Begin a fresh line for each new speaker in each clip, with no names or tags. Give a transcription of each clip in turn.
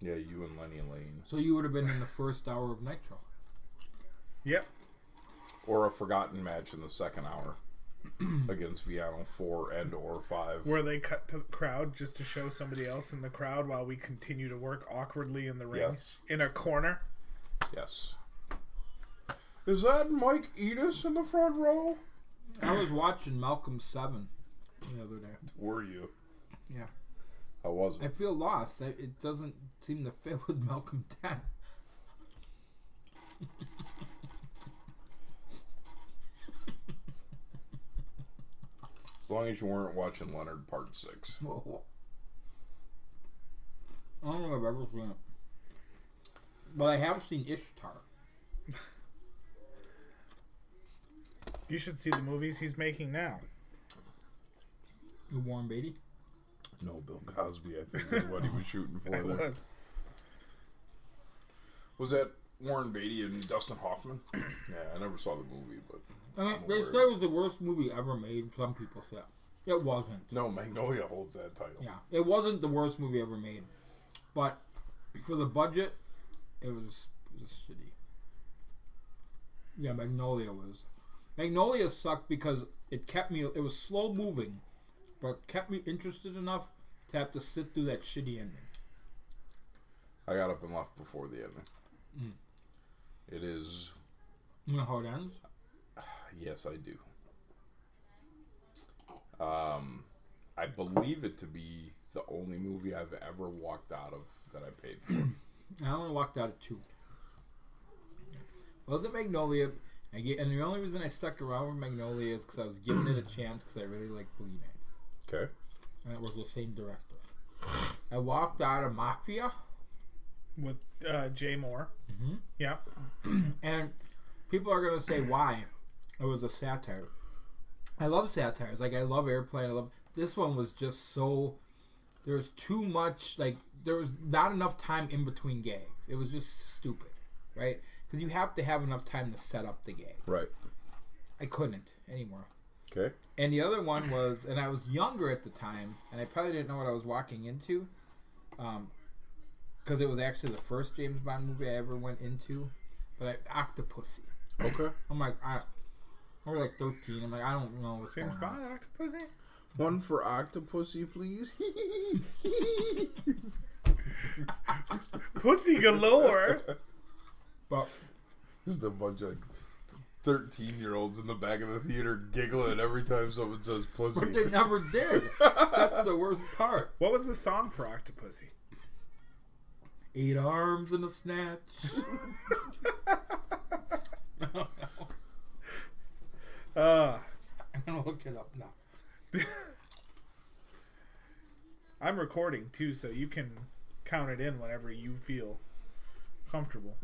Yeah, you and Lenny Lane.
So you would have been in the first hour of Nitro.
Yep.
Or a forgotten match in the second hour against Viano 4 and or 5.
Where they cut to the crowd just to show somebody else in the crowd while we continue to work awkwardly in the ring
Yes.
in a corner.
Yes. Is that Mike Edis in the front row?
I was watching Malcolm Seven the other day.
Were you?
Yeah,
How was
I
it?
feel lost. I, it doesn't seem to fit with Malcolm Ten.
As long as you weren't watching Leonard Part 6.
Whoa. I don't know if I've ever seen it, but I have seen Ishtar.
You should see the movies he's making now.
You Warren Beatty.
No, Bill Cosby, I think, is what he was shooting for
It
there.
was.
Was that Warren Beatty and Dustin Hoffman? yeah, I never saw the movie, but
I mean,
I'm
they
aware.
say it was the worst movie ever made. Some people say it wasn't.
no, Magnolia holds that title.
Yeah, it wasn't the worst movie ever made, but for the budget, it was, it was shitty. Yeah, Magnolia was. Magnolia sucked because it kept me. It was slow moving, but kept me interested enough to have to sit through that shitty ending.
I got up and left before the ending. It is
You know how it ends?
yes, I do. Um, I believe it to be the only movie I've ever walked out of that I paid for.
I only walked out at two. Wasn't Magnolia. I get, and the only reason I stuck around with Magnolia is because I was giving it a chance because I really like Boogie Nights.
okay,
and it was the same director. I walked out of Mafia,
With uh, Jay Moore.
Mhm.
Yep.
and people are gonna say why it was a satire. I love satires, like I love Airplane. I love this one was just so there was too much, like there was not enough time in between gags. It was just stupid, right? Because you have to have enough time to set up the gag.
right.
I couldn't anymore.
Okay,
And the other one was, and I was younger at the time, and I probably didn't know what I was walking into, because it was actually the first James Bond movie I ever went into. But I, Octopussy.
okay.
I'm like, I, I was like 13. I'm like, I don't know what's
James
going
Bond,
on.
Octopussy.
One for Octopussy, please.
Pussy galore.
But
Just a bunch of thirteen-year-olds in the back of the theater giggling every time someone says "pussy."
they never did. That's the worst part.
what was the song for Octopussy?
Eight arms and a snatch.
Uh,
I'm gonna look it up now.
I'm recording too, so you can count it in whenever you feel comfortable.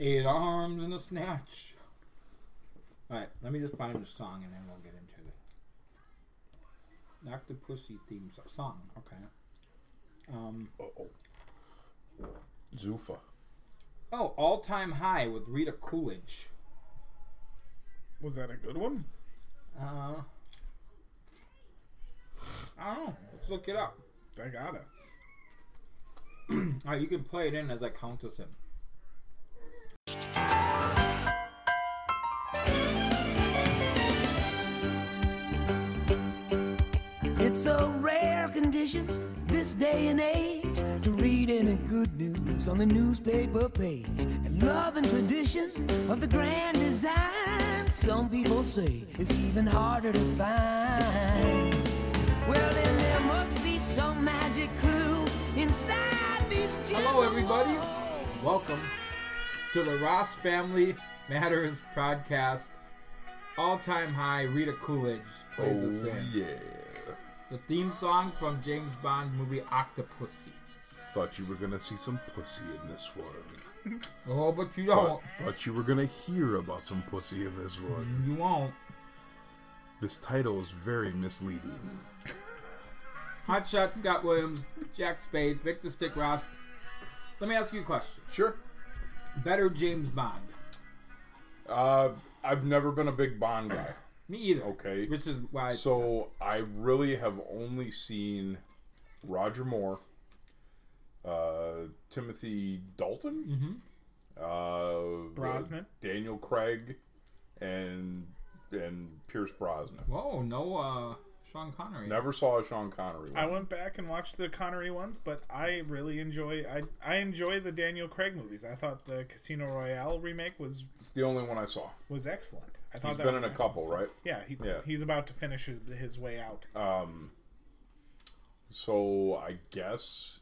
Eight arms and a snatch. All right, let me just find the song and then we'll get into it. Octopussy theme so- song. Okay. Um.
Uh-oh. Zoofa.
Oh, all time high with Rita Coolidge.
Was that a good one?
Uh. I don't know. Let's look it up.
I got it.
All right, you can play it in as I count us in.
It's a rare condition this day and age to read any good news on the newspaper page. And love and tradition of the grand design, some people say, is even harder to find. Well, then there must be some magic clue inside these
Hello,
gentle
everybody.
walls.
Welcome to the Ross Family Matters podcast. All time high, Rita Coolidge plays us in.
Oh, yeah.
The theme song from James Bond movie Octopussy.
Thought you were gonna see some pussy in this one.
Oh, but you don't.
Thought- Thought you were gonna hear about some pussy in this one.
You won't.
This title is very misleading.
Hot Shot Scott Williams, Jack Spade, Victor Stick Ross. Let me ask you a question.
Sure.
Better James Bond?
Uh, I've never been a big Bond guy,
Me either.
Okay.
Which is why. it's-
so I really have only seen Roger Moore, uh, uh, Timothy Dalton,
Mm-hmm.
uh,
Brosnan.
Daniel Craig, and and Pierce Brosnan.
Whoa, no uh, Sean Connery.
Never saw a Sean Connery.
I
One.
went back and watched the Connery ones, but I really enjoy I I enjoy the Daniel Craig movies. I thought the Casino Royale remake was
It's the only one I saw.
was excellent. I thought
He's
that
been
was
in a
excellent.
couple, right?
Yeah, he,
Yeah.
he's about to finish his, his way out.
Um, so I guess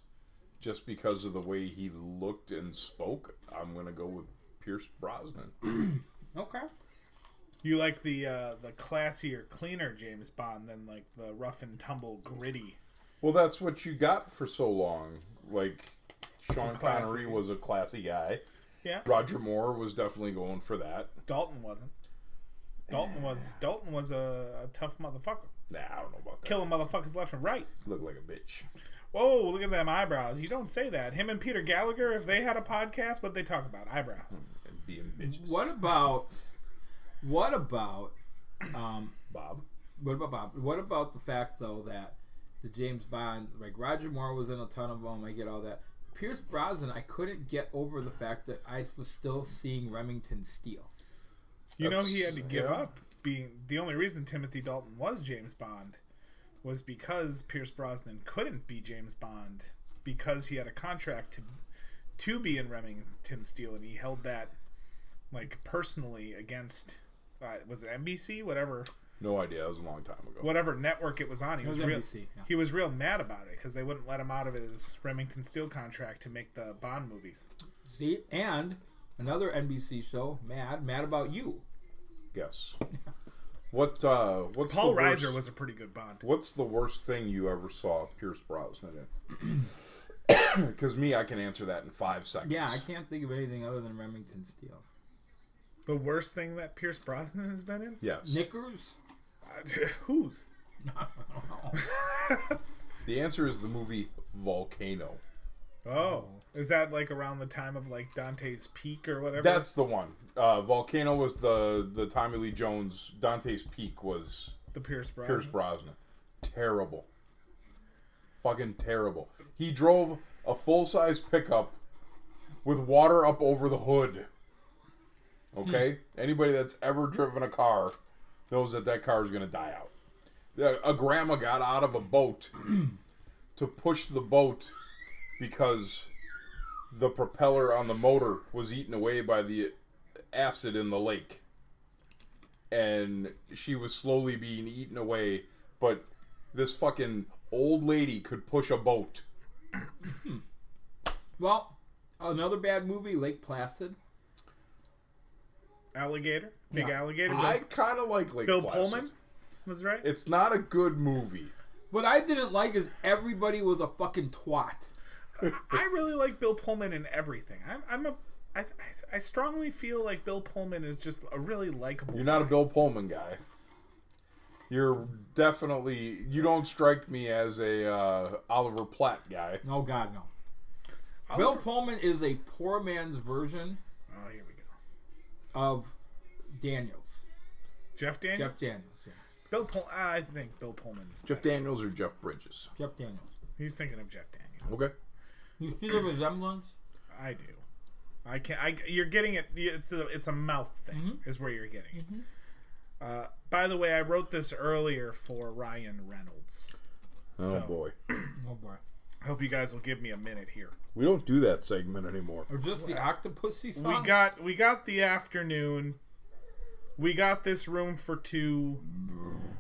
just because of the way he looked and spoke, I'm gonna go with Pierce Brosnan.
Okay.
You like the uh, the classier, cleaner James Bond than like the rough and tumble, gritty.
Well, that's what you got for so long. Like Sean
A classy-
Connery was a classy guy.
Yeah,
Roger Moore was definitely going for that.
Dalton wasn't. Dalton was Dalton was a, a tough motherfucker,
Nah, I don't know about that.
killing motherfuckers left and right.
Look like a bitch.
Whoa, look at them eyebrows! You don't say that. Him and Peter Gallagher, if they had a podcast, what they talk about eyebrows.
And being bitches.
What about what about
Bob?
what about Bob? What about the fact though that the James Bond like Roger Moore was in a ton of them. I get all that. Pierce Brosnan, I couldn't get over the fact that I was still seeing Remington Steele.
You know
That's-
he had to give
yeah.
up being the only reason Timothy Dalton was James Bond was because Pierce Brosnan couldn't be James Bond because he had a contract to to be in Remington Steel and he held that like personally against uh, was it NBC whatever
No idea. That was a long time ago.
whatever network it was on he
It
was,
was
real
NBC, yeah.
he was real mad about it because they wouldn't let him out of his Remington Steel contract to make the Bond movies
See, and another NBC show, Mad, Mad About You.
Yes. What? uh What's
Paul
the worst,
Reiser was a pretty good Bond
What's the worst thing you ever saw Pierce Brosnan in? Because me, I can answer that in five seconds.
Yeah, I can't think of anything other than Remington Steele.
the worst thing that Pierce Brosnan has been in
Yes.
Knickers?
Who's?
The answer is the movie Volcano.
Oh, is that like around the time of like Dante's Peak or whatever?
That's the one. Uh, Volcano was the the Tommy Lee Jones. Dante's Peak was
the Pierce Brosnan.
Pierce Brosnan. Terrible. Fucking terrible. He drove a full size pickup with water up over the hood. Okay? Anybody that's ever driven a car knows that that car is going to die out. Yeah, A grandma got out of a boat to push the boat because the propeller on the motor was eaten away by the acid in the lake and she was slowly being eaten away, but this fucking old lady could push a boat.
Well, another bad movie, Lake Placid.
Alligator, big
Yeah.
alligator. Bill,
I kind of like Lake
Bill
Placid.
Pullman was right.
It's not a good movie.
What I didn't like is everybody was a fucking twat.
I really like Bill Pullman in everything. I'm, I'm a, I, I- I strongly feel like Bill Pullman is just a really likable.
You're not a Bill Pullman guy. You're definitely you don't strike me as a uh, Oliver Platt guy.
No, God, no.
I'll-
Bill Pullman is a poor man's version
Oh, here we go.
of Daniels.
Jeff Daniels.
Jeff Daniels, yeah.
Bill Pull. I think Bill Pullman's.
Jeff Daniels or Jeff Bridges?
Jeff Daniels.
He's thinking of Jeff Daniels.
Okay.
You see the resemblance?
I do. I can. I. You're getting it. It's a. It's a mouth thing.
Mm-hmm.
Is where you're getting. it. Uh, by the way, I wrote this earlier for Ryan Reynolds.
Oh
So-
boy,
Oh, boy.
I hope you guys will give me a minute here.
we don't do that segment anymore.
Or just the Octopussy song?
We got we got the afternoon. We got this room for two.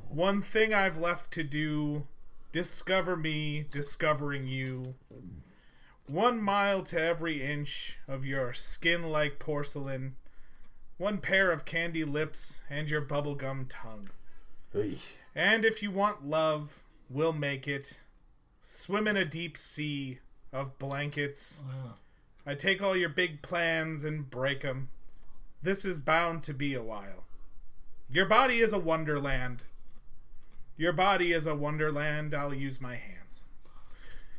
One thing I've left to do: discover me, discovering you. One mile to every inch of your skin like porcelain. One pair of candy lips and your bubblegum tongue.
Hey,
And if you want love, we'll make it. Swim in a deep sea of blankets. I take all your big plans and break 'em. This is bound to be a while. Your body is a wonderland. Your body is a wonderland. I'll use my hands.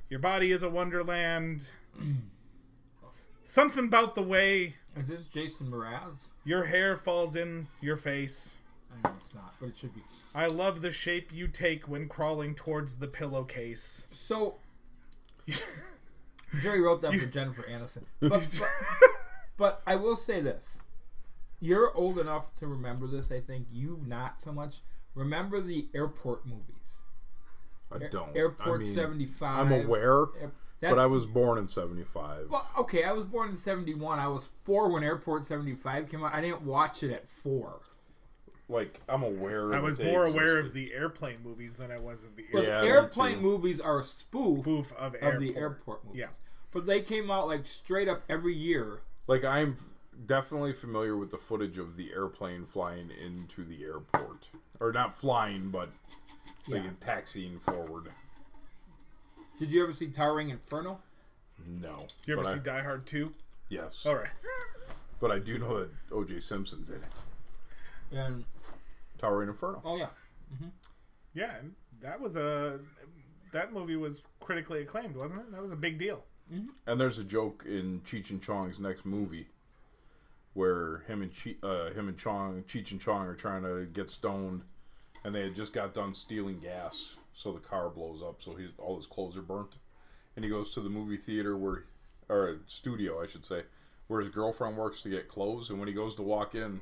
Your body is a wonderland. Something about the way
Is this Jason Mraz?
your hair falls in your face.
I know it's not, but it should be.
I love the shape you take when crawling towards the pillowcase.
So, I'm sure he wrote that for Jennifer Aniston. But, but, but I will say this: you're old enough to remember this. I think you not so much. Remember the airport movies,
I don't.
Airport
I mean, I'm
75.
aware,
Air- that's,
but I was born in '75.
well, okay. I was born in '71. I was four when Airport 75 came out. I didn't watch it at four.
Like I'm aware.
I was more aware of the airplane movies than I was of the
But
Yeah, me
airplane
too.
movies are a spoof
spoof of,
of the airport movies.
Yeah.
But they came out like straight up every year.
Like I'm definitely familiar with the footage of the airplane flying into the airport, or not flying, but
Yeah.
like taxiing forward.
Did you ever see Towering Inferno?
No.
You ever
but
see
I,
Die Hard 2?
Yes.
All right.
But I do know that O.J. Simpson's in it.
And
Towering Inferno.
oh yeah,
Yeah, and that was a that movie was critically acclaimed, wasn't it? That was a big deal.
And there's a joke in Cheech and Chong's next movie where him and che- uh, him and Chong, Cheech and Chong are trying to get stoned, and they had just got done stealing gas, so the car blows up, so he's all his clothes are burnt, and he goes to the movie theater where, or studio, I should say, where his girlfriend works to get clothes, and when he goes to walk in,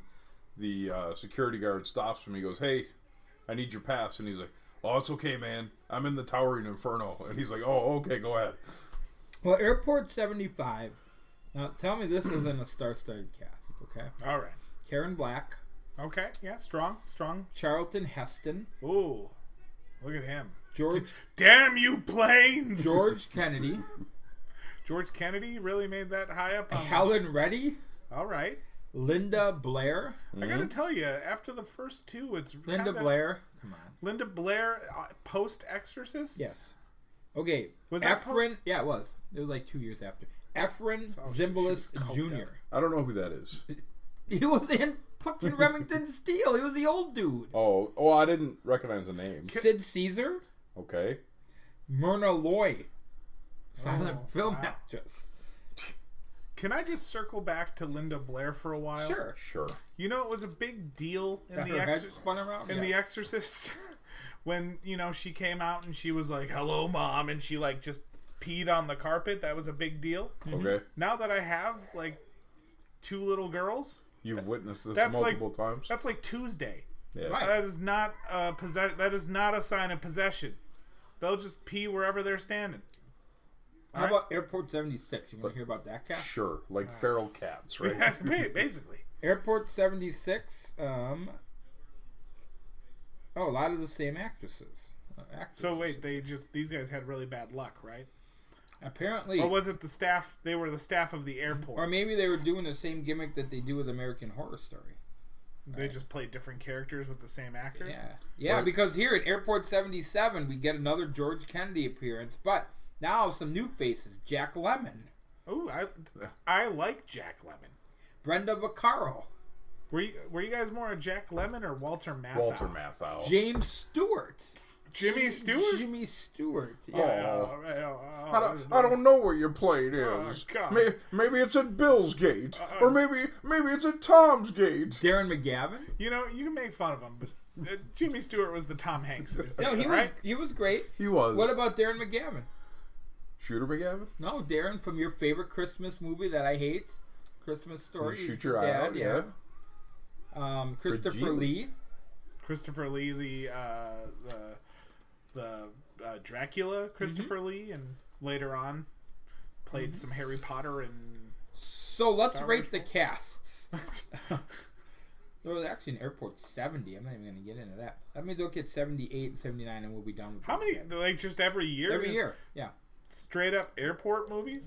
the uh, security guard stops him. He goes, "Hey, I need your pass," and he's like. Oh, it's okay, man. I'm in the towering inferno, and he's like, "Oh, okay, go ahead."
Well, Airport 75. Now, tell me this isn't a star studded cast, okay?
All right.
Karen Black,
Okay. Yeah. Strong. Strong.
Charlton Heston,
Ooh, look at him.
George
Damn you, planes!
George Kennedy,
George Kennedy really made that high up. On
Helen Reddy,
All right.
Linda Blair,
I gotta tell you, after the first two, it's
Mm-hmm. Linda
kinda-
Blair. Come on.
Linda Blair, uh, post Exorcist.
Yes. Okay.
Was that
Efren. yeah, it was. It was like two years after. Efren
Oh, she- she was
Zimbalist
coked
Jr.
I don't know who that is.
He was in fucking Remington Steel. He was the old dude.
Oh, oh, I didn't recognize the name.
Sid Caesar,
Okay.
Myrna Loy, silent
Oh,
film
wow.
actress.
Can I just circle back to Linda Blair for a while?
Sure.
Sure.
You know, it was a big deal in
Got
the
her head
Exorcist.
spun around.
in
Yeah.
The Exorcist when you know she came out and she was like, "Hello, mom," and she like just peed on the carpet. That was a big deal.
Okay.
Now that I have like two little girls,
You've witnessed this
That's like-
multiple times.
that's like Tuesday.
Yeah.
Right.
That is not a possess- That is not a sign of possession. They'll just pee wherever they're standing.
How about Airport 76? You want to hear about that cast?
Sure. Like feral cats, right?
That's ba- basically.
Airport 76, um... Oh, a lot of the same actresses. Uh, actors.
So wait, they just these guys had really bad luck, right?
Apparently...
Or
Or,
was it the staff? They were the staff of the airport.
maybe they were doing the same gimmick that they do with American Horror Story.
They just played different characters with the same actors.
Yeah. Yeah, because here at Airport 77, we get another George Kennedy appearance, but now some new faces. Jack Lemon.
Oh, I I like Jack Lemon.
Brenda Vaccaro.
Were you, were you guys more a Jack Lemon or Walter Matthau?
Walter Matthau.
James Stewart.
Jimmy Stewart?
Jimmy Stewart. Yeah.
Oh,
Oh.
oh, oh,
I don't, I don't know where your plane is.
God. Uh-huh.
May, maybe it's at Bill's Gate, or maybe maybe it's at Tom's Gate.
Darren McGavin.
You know, you can make fun of him, but uh, Jimmy Stewart was the Tom Hanks of his day,
No, he was
right?
he was great.
He was.
What about Darren McGavin?
Shooter McGavin?
No, Darren from your favorite Christmas movie that I hate, Christmas Story. he's
Shoot
the
your eye
dad,
out. Yeah.
Um, Christopher
Fragile.
Lee.
Christopher Lee, the uh, the, the uh, Dracula, Christopher
Mm-hmm.
Lee, and later on played some Harry Potter and
So let's
Star Wars
rate the casts. there was actually an Airport 70. I'm not even going to get into that. Let me look at 78 and 79, and we'll be done with
how
that.
many? Like just every year,
Every
just
year, Mm-hmm. yeah.
straight up airport movies.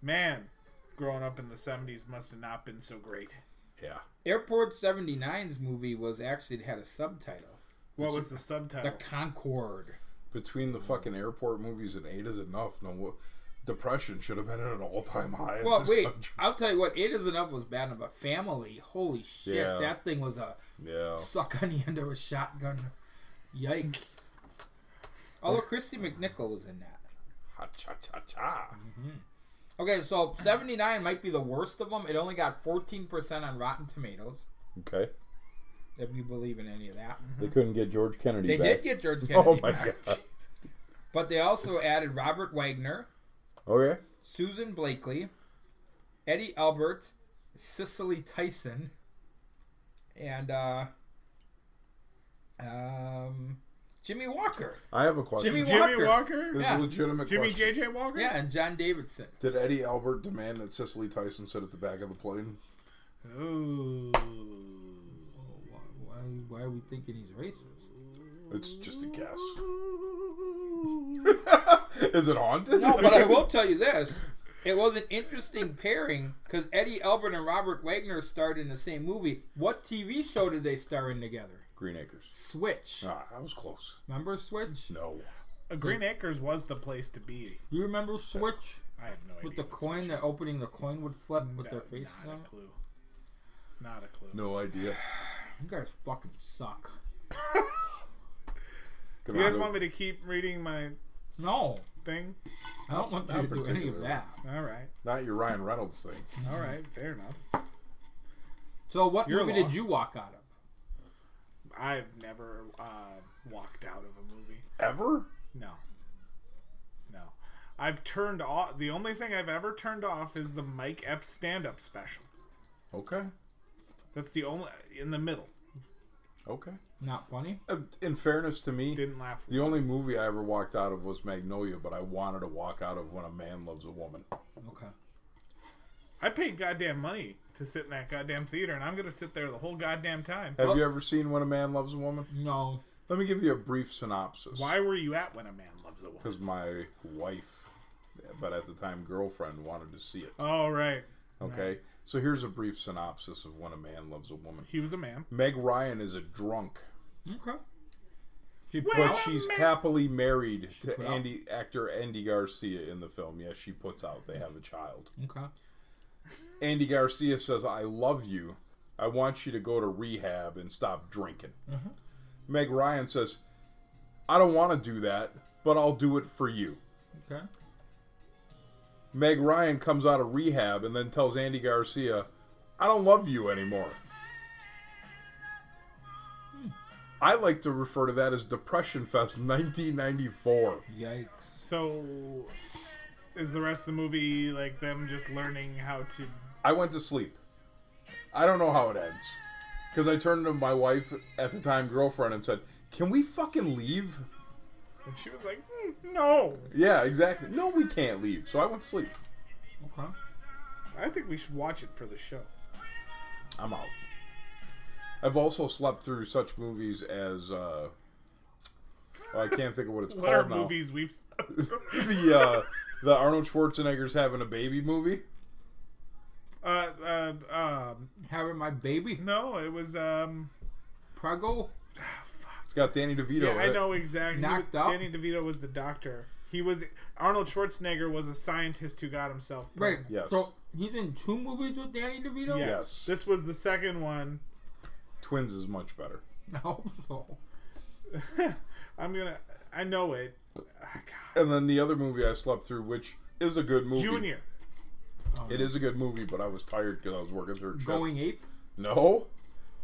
Man, growing up in the seventies must have not been so great.
Yeah.
Airport 79's movie was actually it had a subtitle,
What was the subtitle?
Oh.
The Concorde.
Between the fucking airport movies and eight is enough. No, wo- depression should have been at an all-time high. in
Well,
this
wait.
country.
I'll tell you what. Eight is enough was bad enough. but Family, holy shit,
Yeah. Oh.
that thing was a
Yeah.
suck on the end of a shotgun. Yikes.
Oh.
Although Christy McNichol was in that.
Ha cha cha cha.
Mm-hmm.
Okay, so 79 might be the worst of them. It only got 14% on Rotten Tomatoes,
Okay.
if you believe in any of that.
They couldn't get George Kennedy
They
back.
did get George Kennedy,
Oh my god.
but they also added Robert Wagner,
Okay.
Susan Blakely, Eddie Albert, Cicely Tyson, and uh, um, Jimmy Walker.
I have a question.
Jimmy
Jimmy
Walker.
Walker,
this
yeah.
is a legitimate
Jimmy
question.
JJ Walker.
Yeah, and John Davidson.
Did Eddie Albert demand that Cicely Tyson sit at the back of the plane?
Ooh.
Why, why, why are we thinking he's racist?
It's just a guess. is it haunted?
No, but I will tell you this. It was an interesting pairing because Eddie Albert and Robert Wagner starred in the same movie. What TV show did they star in together?
Green Acres.
Switch.
Ah, I was close.
Remember Switch?
No.
Uh, Green Acres was the place to be.
Do you remember Switch?
I have no idea.
With the
what
coin,
such
that
is.
opening the coin would flip with
No,
their faces
Not
on it.
a clue. Not a clue.
No idea.
You guys fucking suck.
Come
You
on,
guys
who-
want me to keep reading my
No,
thing?
I don't want you
Not
to do any of
particularly.
that.
All right.
Not your Ryan Reynolds thing.
All right. Fair enough.
So, what
You're
movie did
lost.
you walk out of?
I've never uh, walked out of a movie.
Ever?
No. No. I've turned off. The only thing I've ever turned off is the Mike Epps stand up special.
Okay.
That's the only. In the middle.
Okay.
Not funny.
Uh, in fairness to me,
Didn't laugh.
the
once.
only movie I ever walked out of was Magnolia, but I wanted to walk out of When a Man Loves a Woman.
Okay.
I paid goddamn money to sit in that goddamn theater, and I'm going to sit there the whole goddamn time.
Have
Well-
you ever seen When a Man Loves a Woman?
No.
Let me give you a brief synopsis.
Why were you at when a man loves a woman?
Because my wife, but at the time girlfriend, wanted to see it.
Oh, right.
Okay. So here's a brief synopsis of When a Man Loves a Woman.
He was a man.
Meg Ryan is a drunk,
Okay. She
but
put,
Well-
she's
Ma-
happily married to
put out-
Andy actor Andy Garcia in the film. Yes, she puts out. They have a child.
okay.
Andy Garcia says, "I love you. I want you to go to rehab and stop drinking."
Mm-hmm.
Meg Ryan says, "I don't want to do that, but I'll do it for you."
Okay.
Meg Ryan comes out of rehab and then tells Andy Garcia, I don't love you anymore. I like to refer to that as Depression Fest 1994.
Yikes.
So, is the rest of the movie like them just learning how to?
I went to sleep. I don't know how it ends. Because I turned to my wife, at the time girlfriend, and said, Can we fucking leave?
And she was like, "Mm, "No,
Yeah, exactly. No, we can't leave. So I went to sleep.
Okay.
I think we should watch it for the show."
I'm out. I've also slept through such movies as. Uh, oh, I can't think of what it's
What
called
are
now.
movies we've?
the uh, the Arnold Schwarzenegger's having a baby movie.
uh, uh, um,
Having my baby.
no, it was um.
Prego.
It's got Danny DeVito.
Yeah,
in
I
it.
know exactly.
Knocked Up?
Danny DeVito was the doctor. He was Arnold Schwarzenegger was a scientist who got himself.
Right.
pregnant.
Yes.
So, he's in two movies with Danny DeVito?
Yes.
Yes.
This was the second one.
Twins is much better.
I hope so.
I'm gonna. I know it.
And then the other movie I slept through, which is a good movie.
Junior.
It is a good movie, but I was tired because I was working through.
Going Ape.
No.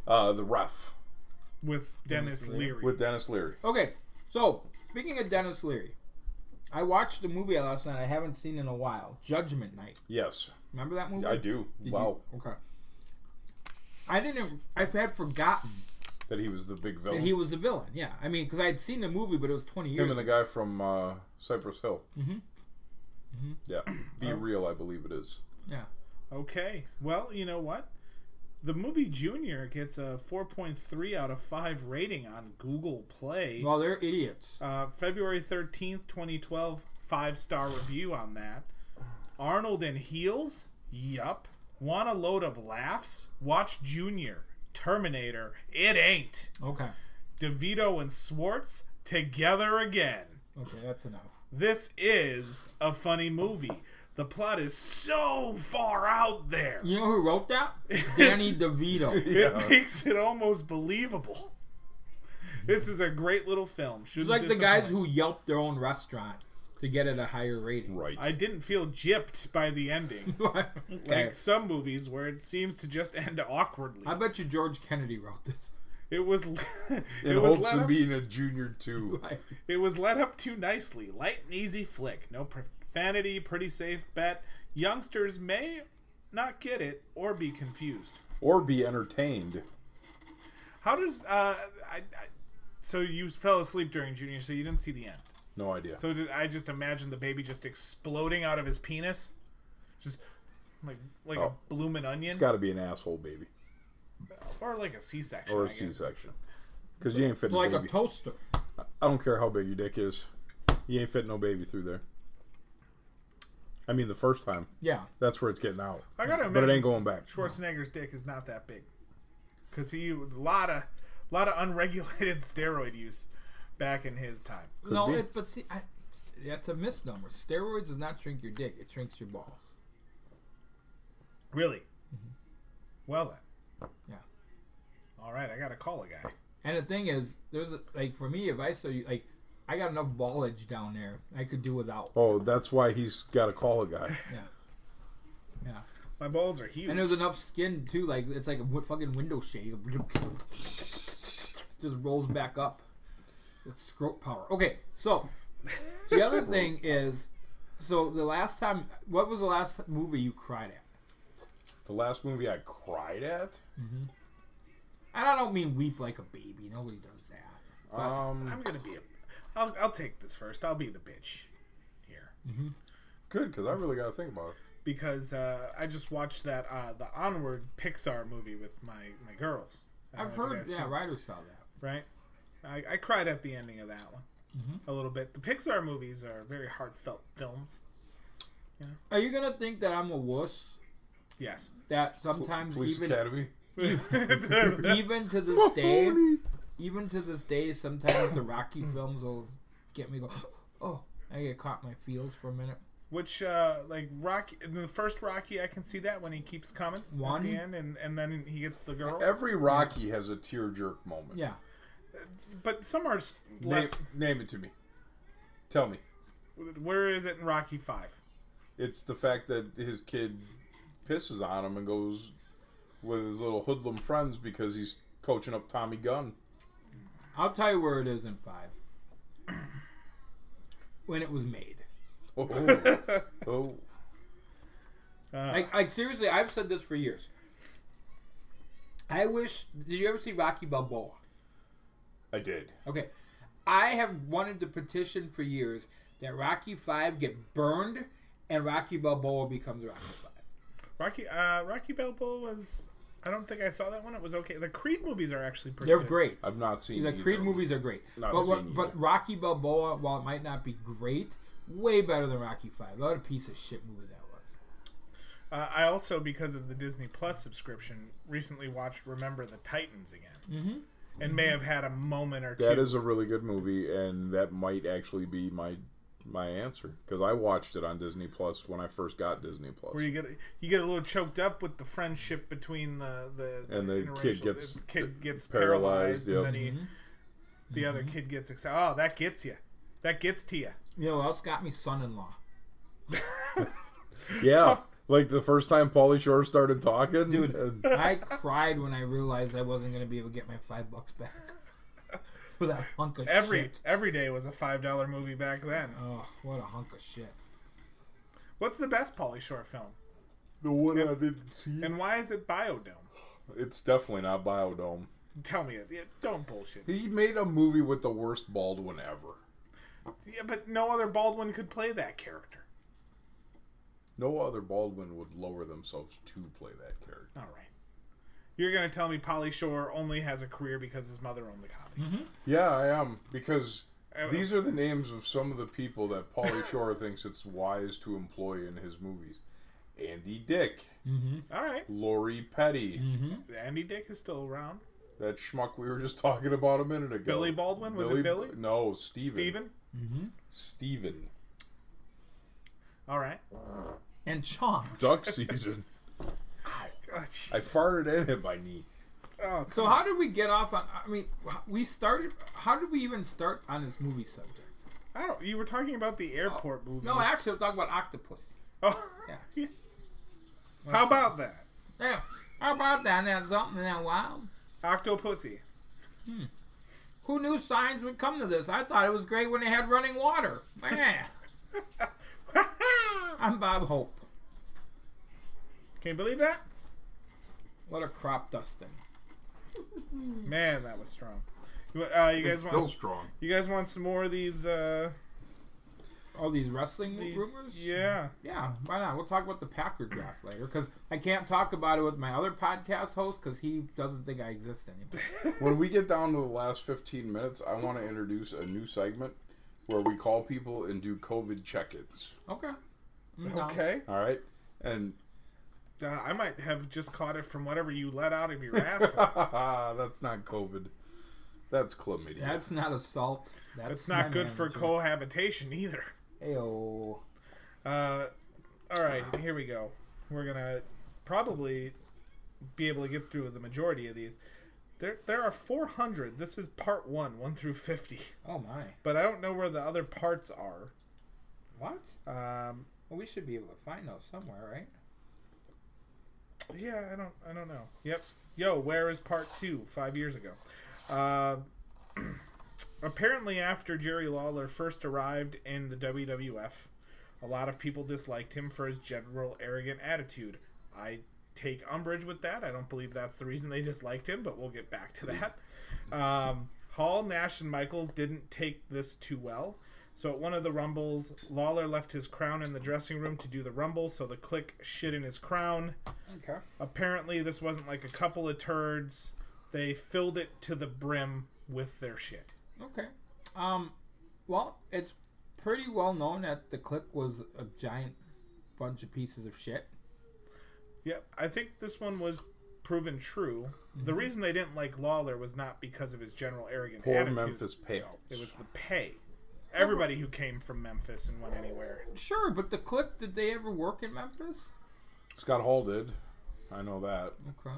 Uh, the ref
with Dennis,
Dennis Leary.
Leary.
with Dennis Leary.
Okay, so speaking of Dennis Leary, I watched a movie last night I haven't seen in a while, Judgment Night.
Yes,
Remember that movie?
I do.
Did
wow,
you- okay. I didn't. I had forgotten
that he was the big
that
villain.
he was the villain. Yeah, I mean, because I had seen the movie, but it was twenty years.
Him and the guy from uh, Cypress Hill. Mm-hmm.
Mm-hmm.
Yeah, be real. I believe it is.
yeah.
okay. Well, you know what? The movie Junior gets a 4.3 out of 5 rating on Google Play.
Well, they're idiots.
Uh, February 13th, 2012, five star review on that. Arnold in heels? Yup. Want a load of laughs? Watch Junior. Terminator. It ain't.
Okay.
DeVito and Swartz together again.
Okay, that's enough.
This is a funny movie. The plot is so far out there.
You know who wrote that? Danny DeVito.
Yeah.
It makes it almost believable. This is a great little film.
It's like the guys who yelped their own restaurant to get it a higher rating.
Right.
I didn't feel gypped by the ending,
okay.
like some movies where it seems to just end awkwardly.
I bet you George Kennedy wrote this.
It was
in
it was
hopes
let
of
up,
being a junior two.
Right.
it was let up too nicely. Light and easy flick. No profanity, pretty safe bet. Youngsters may not get it or be confused.
Or be entertained.
How does uh I, I so you fell asleep during junior so you didn't see the end.
No idea.
So did I just imagine the baby just exploding out of his penis? Just like like
Oh.
a bloomin' onion
it's got to be an asshole baby
or like a C-section.
or
I
a
guess.
C-section, because you ain't fitting
Like
a
a
baby.
toaster.
I don't care how big your dick is, you ain't fitting no baby through there. I mean, the first time,
Yeah.
that's where it's getting out,
I gotta
but
imagine
it ain't going back.
Schwarzenegger's dick is not that big because he a lot of lot of unregulated steroid use back in his time.
no,
be.
it, but see, I, that's a misnomer. Steroids does not shrink your dick; it shrinks your balls.
Really?
Mm-hmm.
Well then,
Yeah.
all right, I gotta call a guy.
And the thing is, there's a, like for me, if I saw you, like I got enough ballage down there, I could do without.
Oh, that's why he's got to call a guy.
Yeah. Yeah.
My balls are huge.
And there's enough skin too. Like it's like a w- fucking window shade. Just rolls back up. It's scrote power. Okay, so the other thing is, so the last time, what was the last movie you cried at?
The last movie I cried at.
And I don't mean weep like a baby. Nobody does that.
Um,
I'm gonna be a. I'll I'll take this first. I'll be the bitch here
good because I really got to think about it.
because uh, I just watched that uh, the Onward Pixar movie with my my girls. I don't
I've
know if you
heard,
guys
yeah,
seen-
Ryder saw that.
right? I, I cried at the ending of that one a little bit. The Pixar movies are very heartfelt films.
Are you gonna think that I'm a wuss?
Yes.
That sometimes
Police
even
Academy.
even to this day, even to this day, sometimes the Rocky films will get me go. Oh, I get caught in my feels for a minute.
Which, uh, like Rocky, in the first Rocky, I can see that when he keeps coming
One.
at the end, and, and then he gets the girl.
Every Rocky has a tear jerk moment.
Yeah,
But some are s-
Name,
less.
name it to me. Tell me.
Where is it in Rocky Five?
It's the fact that his kid pisses on him and goes with his little hoodlum friends because he's coaching up Tommy Gunn.
I'll tell you where it is in five. when it was made,
Oh, oh.
like, like seriously, I've said this for years. I wish. Did you ever see Rocky Balboa?
I did.
Okay. I have wanted to petition for years that Rocky Five get burned and Rocky Balboa becomes Rocky Five.
Rocky, uh, Rocky Balboa was. I don't think I saw that one. It was okay. The Creed movies are actually pretty.
They're
good.
great.
I've not seen
The
either.
Creed movies are great.
Not
but
seen
what-
either.
but Rocky Balboa, while it might not be great, way better than Rocky Five. What a piece of shit movie that was.
Uh, I also, because of the Disney Plus subscription, recently watched Remember the Titans again, mm-hmm. and may have had a moment or two.
That is a really good movie, and that might actually be my my answer because I watched it on Disney Plus when I first got Disney Plus.
where you get you get a little choked up with the friendship between the the
And the
interracial-
kid gets
the kid gets
paralyzed,
paralyzed,
yep.
and then he,
Mm-hmm.
the other kid gets excited. Oh, that gets you. That gets to you.
You know what else got me? Son-in-law.
Yeah, like the first time Pauly Shore started talking,
Dude.
and
I cried when I realized I wasn't going to be able to get my five bucks back for that hunk of
Every
shit.
every day was a five dollar movie back then.
Oh, what a hunk of shit.
What's the best Polly Shore film,
the one I didn't see.
and why is it Biodome?
It's definitely not Biodome.
Tell me it. Yeah, Don't bullshit.
He made a movie with the worst Baldwin ever.
Yeah, but no other Baldwin could play that character.
No other Baldwin would lower themselves to play that character.
All right. You're gonna tell me Polly Shore only has a career because his mother owned the comedy.
Yeah, I am because these are the names of some of the people that Pauly Shore thinks it's wise to employ in his movies: Andy Dick,
All right.
Lori Petty,
Mm-hmm. Andy Dick is still around.
that schmuck we were just talking about a minute ago.
Billy Baldwin? Was it Billy?
No, Steven.
Steven?
Steven.
All right. Oh,
And Sean.
Duck season.
God, jeez.
I farted and hit my knee.
Oh,
So how did we get off on? I mean, we started. How did we even start on this movie subject?
I don't. You were talking about the airport movie.
No, actually, I'm talking about octopus.
Oh.
Yeah.
How about that?
Yeah. How about that? That's something that wild.
Octopussy.
Who knew science would come to this? I thought it was great when they had running water. Man. I'm Bob Hope.
Can you believe that?
What a crop dusting.
Man, that was strong. You, wa- uh, you
It's
guys
still
want
strong.
you guys want some more of these? Uh,
All these wrestling
these
rumors?
Yeah.
Yeah, why not? We'll talk about the Packer draft later because I can't talk about it with my other podcast host because he doesn't think I exist anymore.
When we get down to the last 15 minutes, I want to introduce a new segment where we call people and do COVID check ins.
Okay. I'm down.
Okay.
All right? And
Uh, I might have just caught it from whatever you let out of your asshole.
that's not COVID. That's chlamydia.
That's not assault. That's
It's not good for
cold.
cohabitation either.
Ayo.
Uh, all right, here we go. We're gonna probably be able to get through the majority of these. There, there are 400. This is part one, one through 50.
Oh my.
But I don't know where the other parts are.
What? Uh,
Um,
Well, we should be able to find those somewhere, right?
yeah, I don't, I don't know. Yep. Yo, where is part two? Five years ago. Uh, apparently, after Jerry Lawler first arrived in the WWF, a lot of people disliked him for his general arrogant attitude. I take umbrage with that. I don't believe that's the reason they disliked him, but we'll get back to that. Um, Hall, Nash, and Michaels didn't take this too well. So at one of the Rumbles, Lawler left his crown in the dressing room to do the Rumble, so the click shit in his crown
Okay.
apparently this wasn't like a couple of turds they filled it to the brim with their shit
Okay. Um, well, it's pretty well known that the clip was a giant bunch of pieces of shit.
yep i think this one was proven true the reason they didn't like lawler was not because of his general arrogant
Mm-hmm. Poor
attitude
Memphis payouts.
it was the pay everybody who came from memphis and went anywhere
Sure, but the clip, did they ever work in Memphis?
Scott Hall did. I know that.
Okay.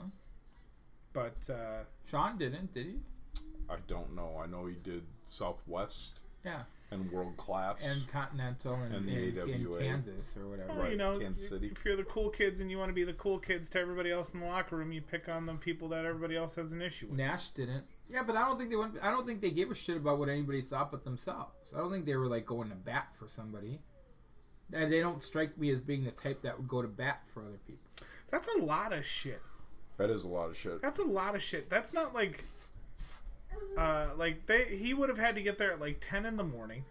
but uh,
Sean didn't, did he?
I don't know. I know he did Southwest
Yeah.
and World Class.
and Continental and,
And
and,
the
and,
AWA.
Kansas or whatever.
Right,
you know
Kansas City.
if you're the cool kids and you want to be the cool kids to everybody else in the locker room you pick on the people that everybody else has an issue with
Nash didn't. Yeah, but I don't think they went. I don't think they gave a shit about what anybody thought but themselves. I don't think they were like going to bat for somebody. Uh, They they don't strike me as being the type that would go to bat for other people.
that's a lot of shit
that is a lot of shit.
That's a lot of shit. That's not like uh like they he would have had to get there at like 10 in the morning.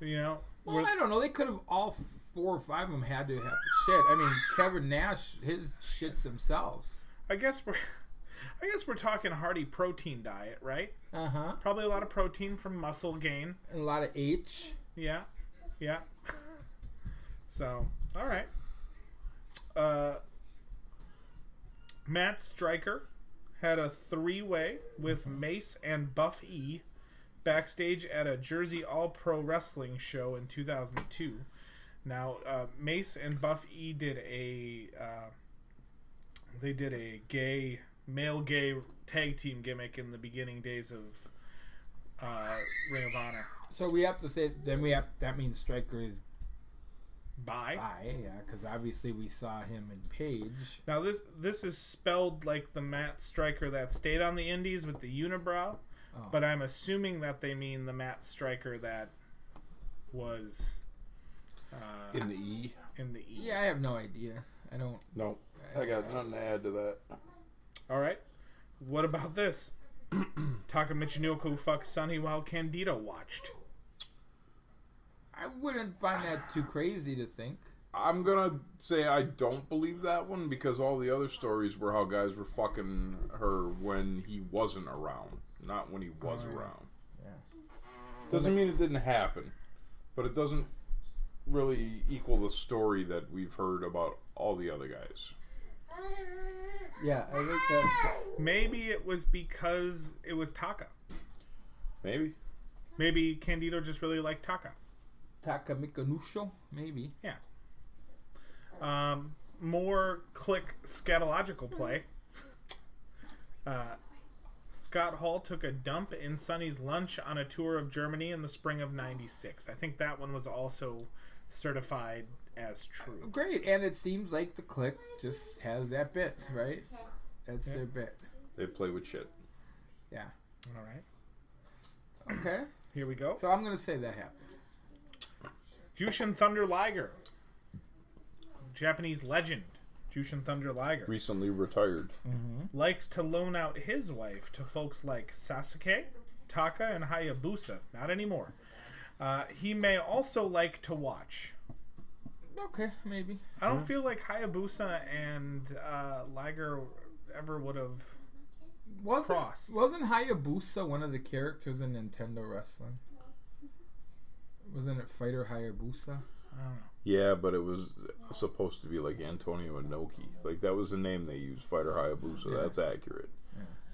You know,
Well,
Where-
I don't know. They could have all four or five of them had to have shit. I mean, Kevin Nash, his shits themselves.
I guess we're I guess we're talking hearty protein diet, right?
Uh huh.
Probably a lot of protein from muscle gain.
And a lot of H.
Yeah. Yeah. So, all right. Uh Matt Stryker had a three-way with Mace and Buff E backstage at a Jersey All Pro Wrestling show in 2002. Now, uh, Mace and Buff E did a uh, they did a gay male gay tag team gimmick in the beginning days of uh, Ring of Honor.
So we have to say then we have that means Striker is
Bye.
bi, yeah, because obviously we saw him in Page.
Now this this is spelled like the Matt Striker that stayed on the Indies with the unibrow, but I'm assuming that they mean the Matt Striker that was
In the E.
in the E.
Yeah, I have no idea. I don't.
No. I got nothing to add to that.
All right. What about this? Taka Michinoku fucks Sonny while Candido watched.
I wouldn't find that too crazy to think.
I'm gonna say I don't believe that one because all the other stories were how guys were fucking her when he wasn't around, not when he was around.
Yeah.
Doesn't mean it didn't happen, but it doesn't really equal the story that we've heard about all the other guys.
Yeah, I think that.
Maybe it was because it was Taka.
Maybe
Maybe Candido just really liked Taka.
Taka Mikanucho, maybe.
Yeah. Um, more click scatological play. Uh, Scott Hall took a dump in Sonny's lunch on a tour of Germany in the spring of '96. I think that one was also certified as true.
Great, and it seems like the click just has that bit, right? That's their bit.
they play with shit.
Yeah.
All right.
Okay.
Here we go.
So I'm gonna say that happened.
Jushin Thunder Liger. Japanese legend. Jushin Thunder Liger.
Recently retired.
likes to loan out his wife to folks like Sasuke, Taka, and Hayabusa. Not anymore. Uh, he may also like to watch.
Okay, maybe.
I don't feel like Hayabusa and uh, Liger ever would have.
Wasn't
Cross.
wasn't Hayabusa one of the characters in Nintendo Wrestling? Wasn't it Fighter Hayabusa?
Yeah, but it was supposed to be like Antonio Inoki. Like that was the name they used, Fighter Hayabusa. That's accurate.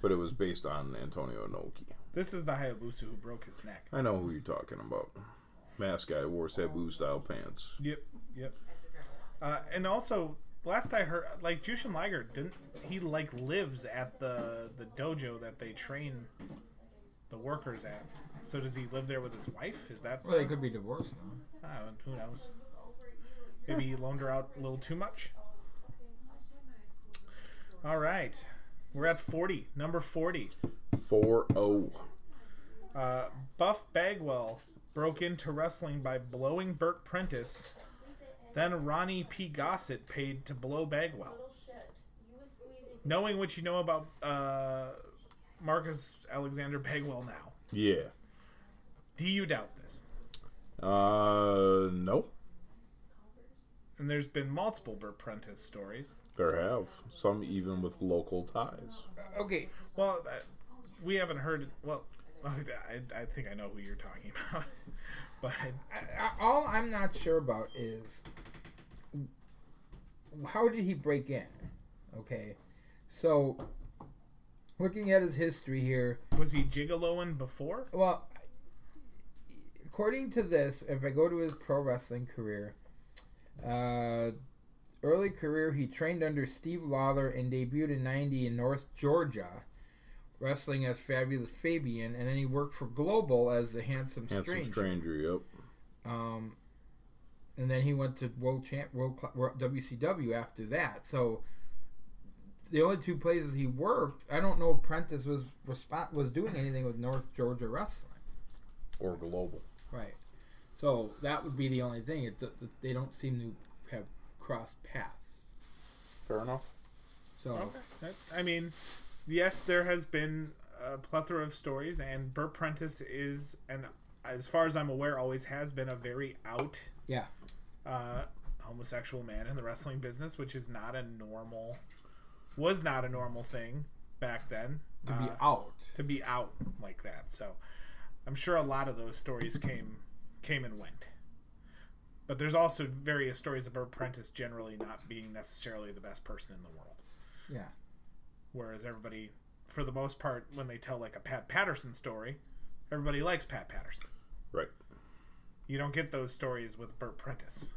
But it was based on Antonio Inoki.
This is the Hayabusa who broke his neck.
I know who you're talking about. Mask guy wore Sabu style pants.
Yep, yep. Uh, and also, last I heard, like Jushin Liger didn't he like lives at the the dojo that they train the workers at. So does he live there with his wife? Is that
Well, they could be divorced now.
I don't- who knows? Maybe he loaned her out a little too much. All right, we're at forty. Number forty.
4 0.
Uh, Buff Bagwell broke into wrestling by blowing Burt Prentice. Then Ronnie P. Gossett paid to blow Bagwell. Knowing what you know about uh, Marcus Alexander Bagwell now,
Yeah.
do you doubt this?
Uh, no.
And there's been multiple Burt Prentice stories.
There have. Some even with local ties.
Okay.
Well, uh, we haven't heard. Well, I, I think I know who you're talking about, but
I, all I'm not sure about is how did he break in? Okay. So looking at his history here,
was he gigoloing before?
Well, according to this, if I go to his pro wrestling career, uh, early career, he trained under Steve Lawler and debuted in 90 in North Georgia, wrestling as Fabulous Fabian, and then he worked for Global as the Handsome,
Handsome
Stranger.
stranger, yep.
Um, and then he went to World Champ, World Cl- World- WCW after that. So the only two places he worked, I don't know if Prentice was respo- was doing anything with North Georgia wrestling.
Or global.
Right. So that would be the only thing. It's that that they don't seem to have crossed paths.
Fair enough.
So
Okay. That, I mean, yes, there has been a plethora of stories, and Burt Prentice is, and as far as I'm aware, always has been a very out
yeah,
uh, homosexual man in the wrestling business, which is not a normal, was not a normal thing back then
to be
uh,
out.
to be out like that. So I'm sure a lot of those stories came came and went. But there's also various stories of Burt Prentice generally not being necessarily the best person in the world
Yeah.
whereas everybody for the most part when they tell like a pat patterson story everybody likes pat patterson
Right.
you don't get those stories with burt prentice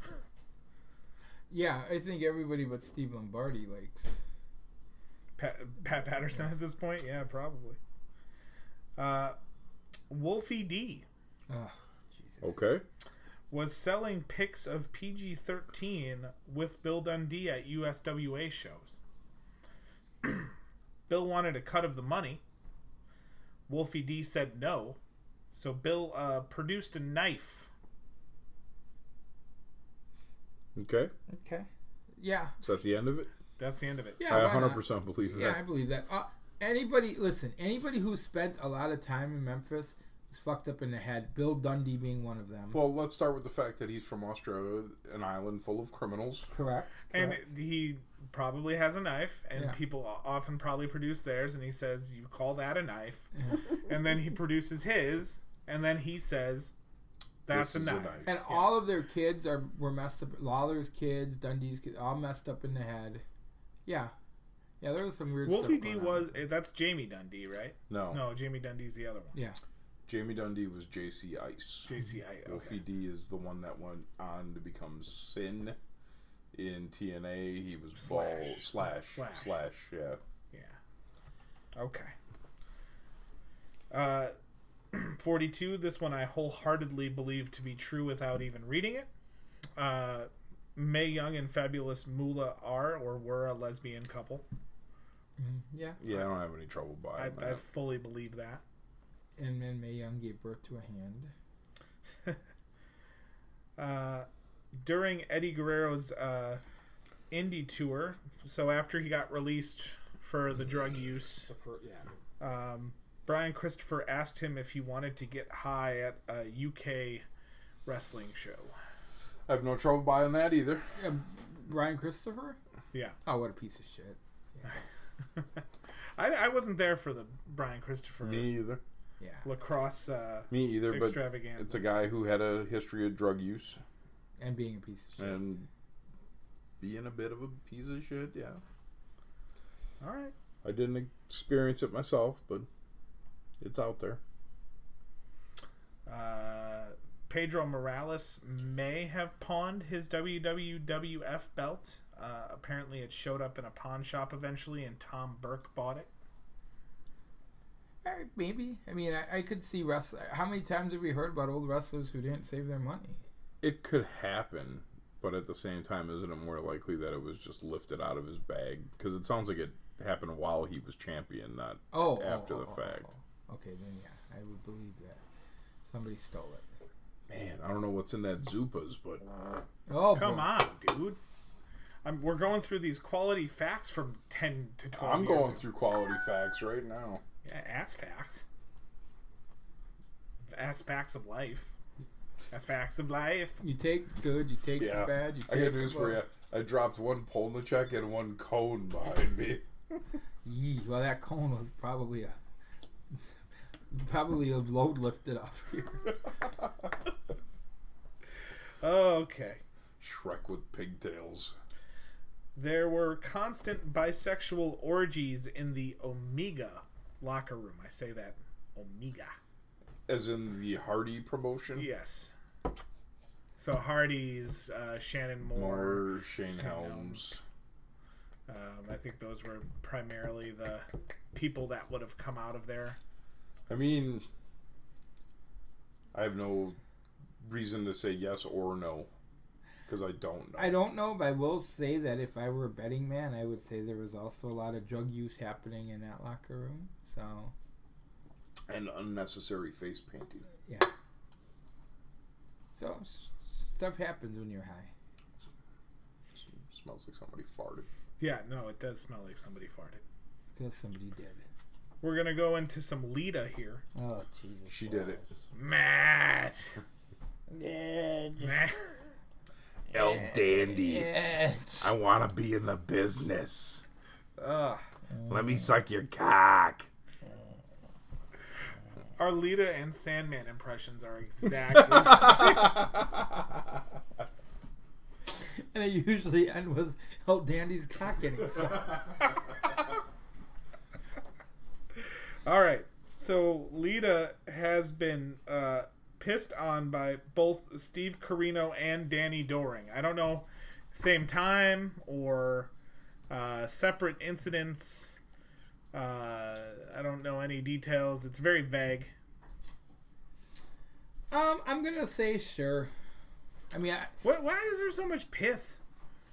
Yeah, I think everybody but Steve Lombardi likes.
pat, pat patterson at this point yeah probably uh, wolfie d
Oh, Jesus.
Okay.
was selling pics of pg-13 with bill dundee at uswa shows bill wanted a cut of the money wolfie d said no so bill uh, produced a knife
Okay.
Okay. Yeah.
Is that the end of it?
that's the end of it
Yeah.
I
why not?
100% believe
Yeah, I
that.
believe that. Uh, anybody, listen, anybody who spent a lot of time in Memphis is fucked up in the head. Bill Dundee being one of them.
Well, let's start with the fact that he's from Australia, an island full of criminals.
correct.
And
correct.
he probably has a knife, and
Yeah.
people o- often probably produce theirs, and he says, You call that a knife? and then he produces his, and then he says, That's
This
a
is a
knife.
knife.
And all of their kids are were messed up. Lawler's kids, Dundee's kids, all messed up in the head. Yeah, yeah. There was some weird.
Wolfie
stuff
D
going on.
was, eh, that's Jamie Dundee, right?
No.
No, Jamie Dundee's the other one.
Yeah,
Jamie Dundee was JC Ice.
JCI.
Wolfie
Okay.
D is the one that went on to become Sin in TNA. He was Ball
Slash.
Slash
Slash.
Slash. yeah.
Yeah. Okay. Uh, 42. This one I wholeheartedly believe to be true without even reading it. Uh, May Young and fabulous Moolah are or were a lesbian couple.
Yeah.
Yeah, I don't have any trouble
I,
buying
I
that.
fully believe that.
And then May Young gave birth to a hand.
uh, during Eddie Guerrero's uh, indie tour. So after he got released for the drug use,
yeah.
um, Brian Christopher asked him if he wanted to get high at a UK wrestling show.
I have no trouble buying that either.
Brian Christopher?
Yeah,
Oh, what a piece of shit.
I, I wasn't there for the Brian Christopher
Me either.
Yeah.
lacrosse uh,
Me either, but
extravaganza.
it's a guy who had a history of drug use
And being a piece of shit.
and being a bit of a piece of shit, yeah.
All right,
I didn't experience it myself, but it's out there.
uh, Pedro Morales may have pawned his WWWF belt. Uh, apparently, it showed up in a pawn shop eventually, and Tom Burke bought it.
Alright, Eh, maybe. I mean, I, I could see wrestling. How many times have we heard about old wrestlers who didn't save their money?
It could happen, but at the same time, isn't it more likely that it was just lifted out of his bag? Because it sounds like it happened while he was champion, not
Oh, oh,
after
oh,
the
oh,
fact.
oh. Okay, then yeah, I would believe that somebody stole it.
Man, I don't know what's in that Zupas, but
Oh,
Come
boy.
on, dude. I'm, we're going through these quality facts from 10 to 12
I'm
years
going
ago.
through quality facts right now.
Yeah, ass facts. Ass facts of life. Ass facts of life.
You take the good, you take
Yeah,
the bad. You
I
take
got
the
news for you.
bad.
I dropped one Polnicek and one cone behind me.
Yee, well, that cone was probably a probably a load lifted off here.
Okay.
Shrek with pigtails.
There were constant bisexual orgies in the Omega locker room. I say that Omega.
As in the Hardy promotion?
Yes. So Hardy's, uh, Shannon Moore.
Or Shane Helms.
Um, I think those were primarily the people that would have come out of there.
I mean, I have no reason to say yes or no because I don't know.
I don't know, but I will say that if I were a betting man, I would say there was also a lot of drug use happening in that locker room. So
and unnecessary face painting.
yeah, so s- stuff happens when you're high.
S- smells like somebody farted.
Yeah, no, it does smell like somebody farted.
Because somebody did.
We're gonna go into some Lita here.
Oh Jesus!
She did it.
Matt. Matt.
El Dandy.
Yes.
I want to be in the business.
Ugh.
Let me suck your cock.
Our Lita and Sandman impressions are exactly the same.
And I usually end with El Dandy's cock getting sucked.
All right. So Lita has been uh, pissed on by both Steve Carino and Danny Doring. I don't know, same time or uh, separate incidents. Uh, I don't know any details. It's very vague.
Um, I'm gonna say sure. I mean, I,
What, why is there so much piss?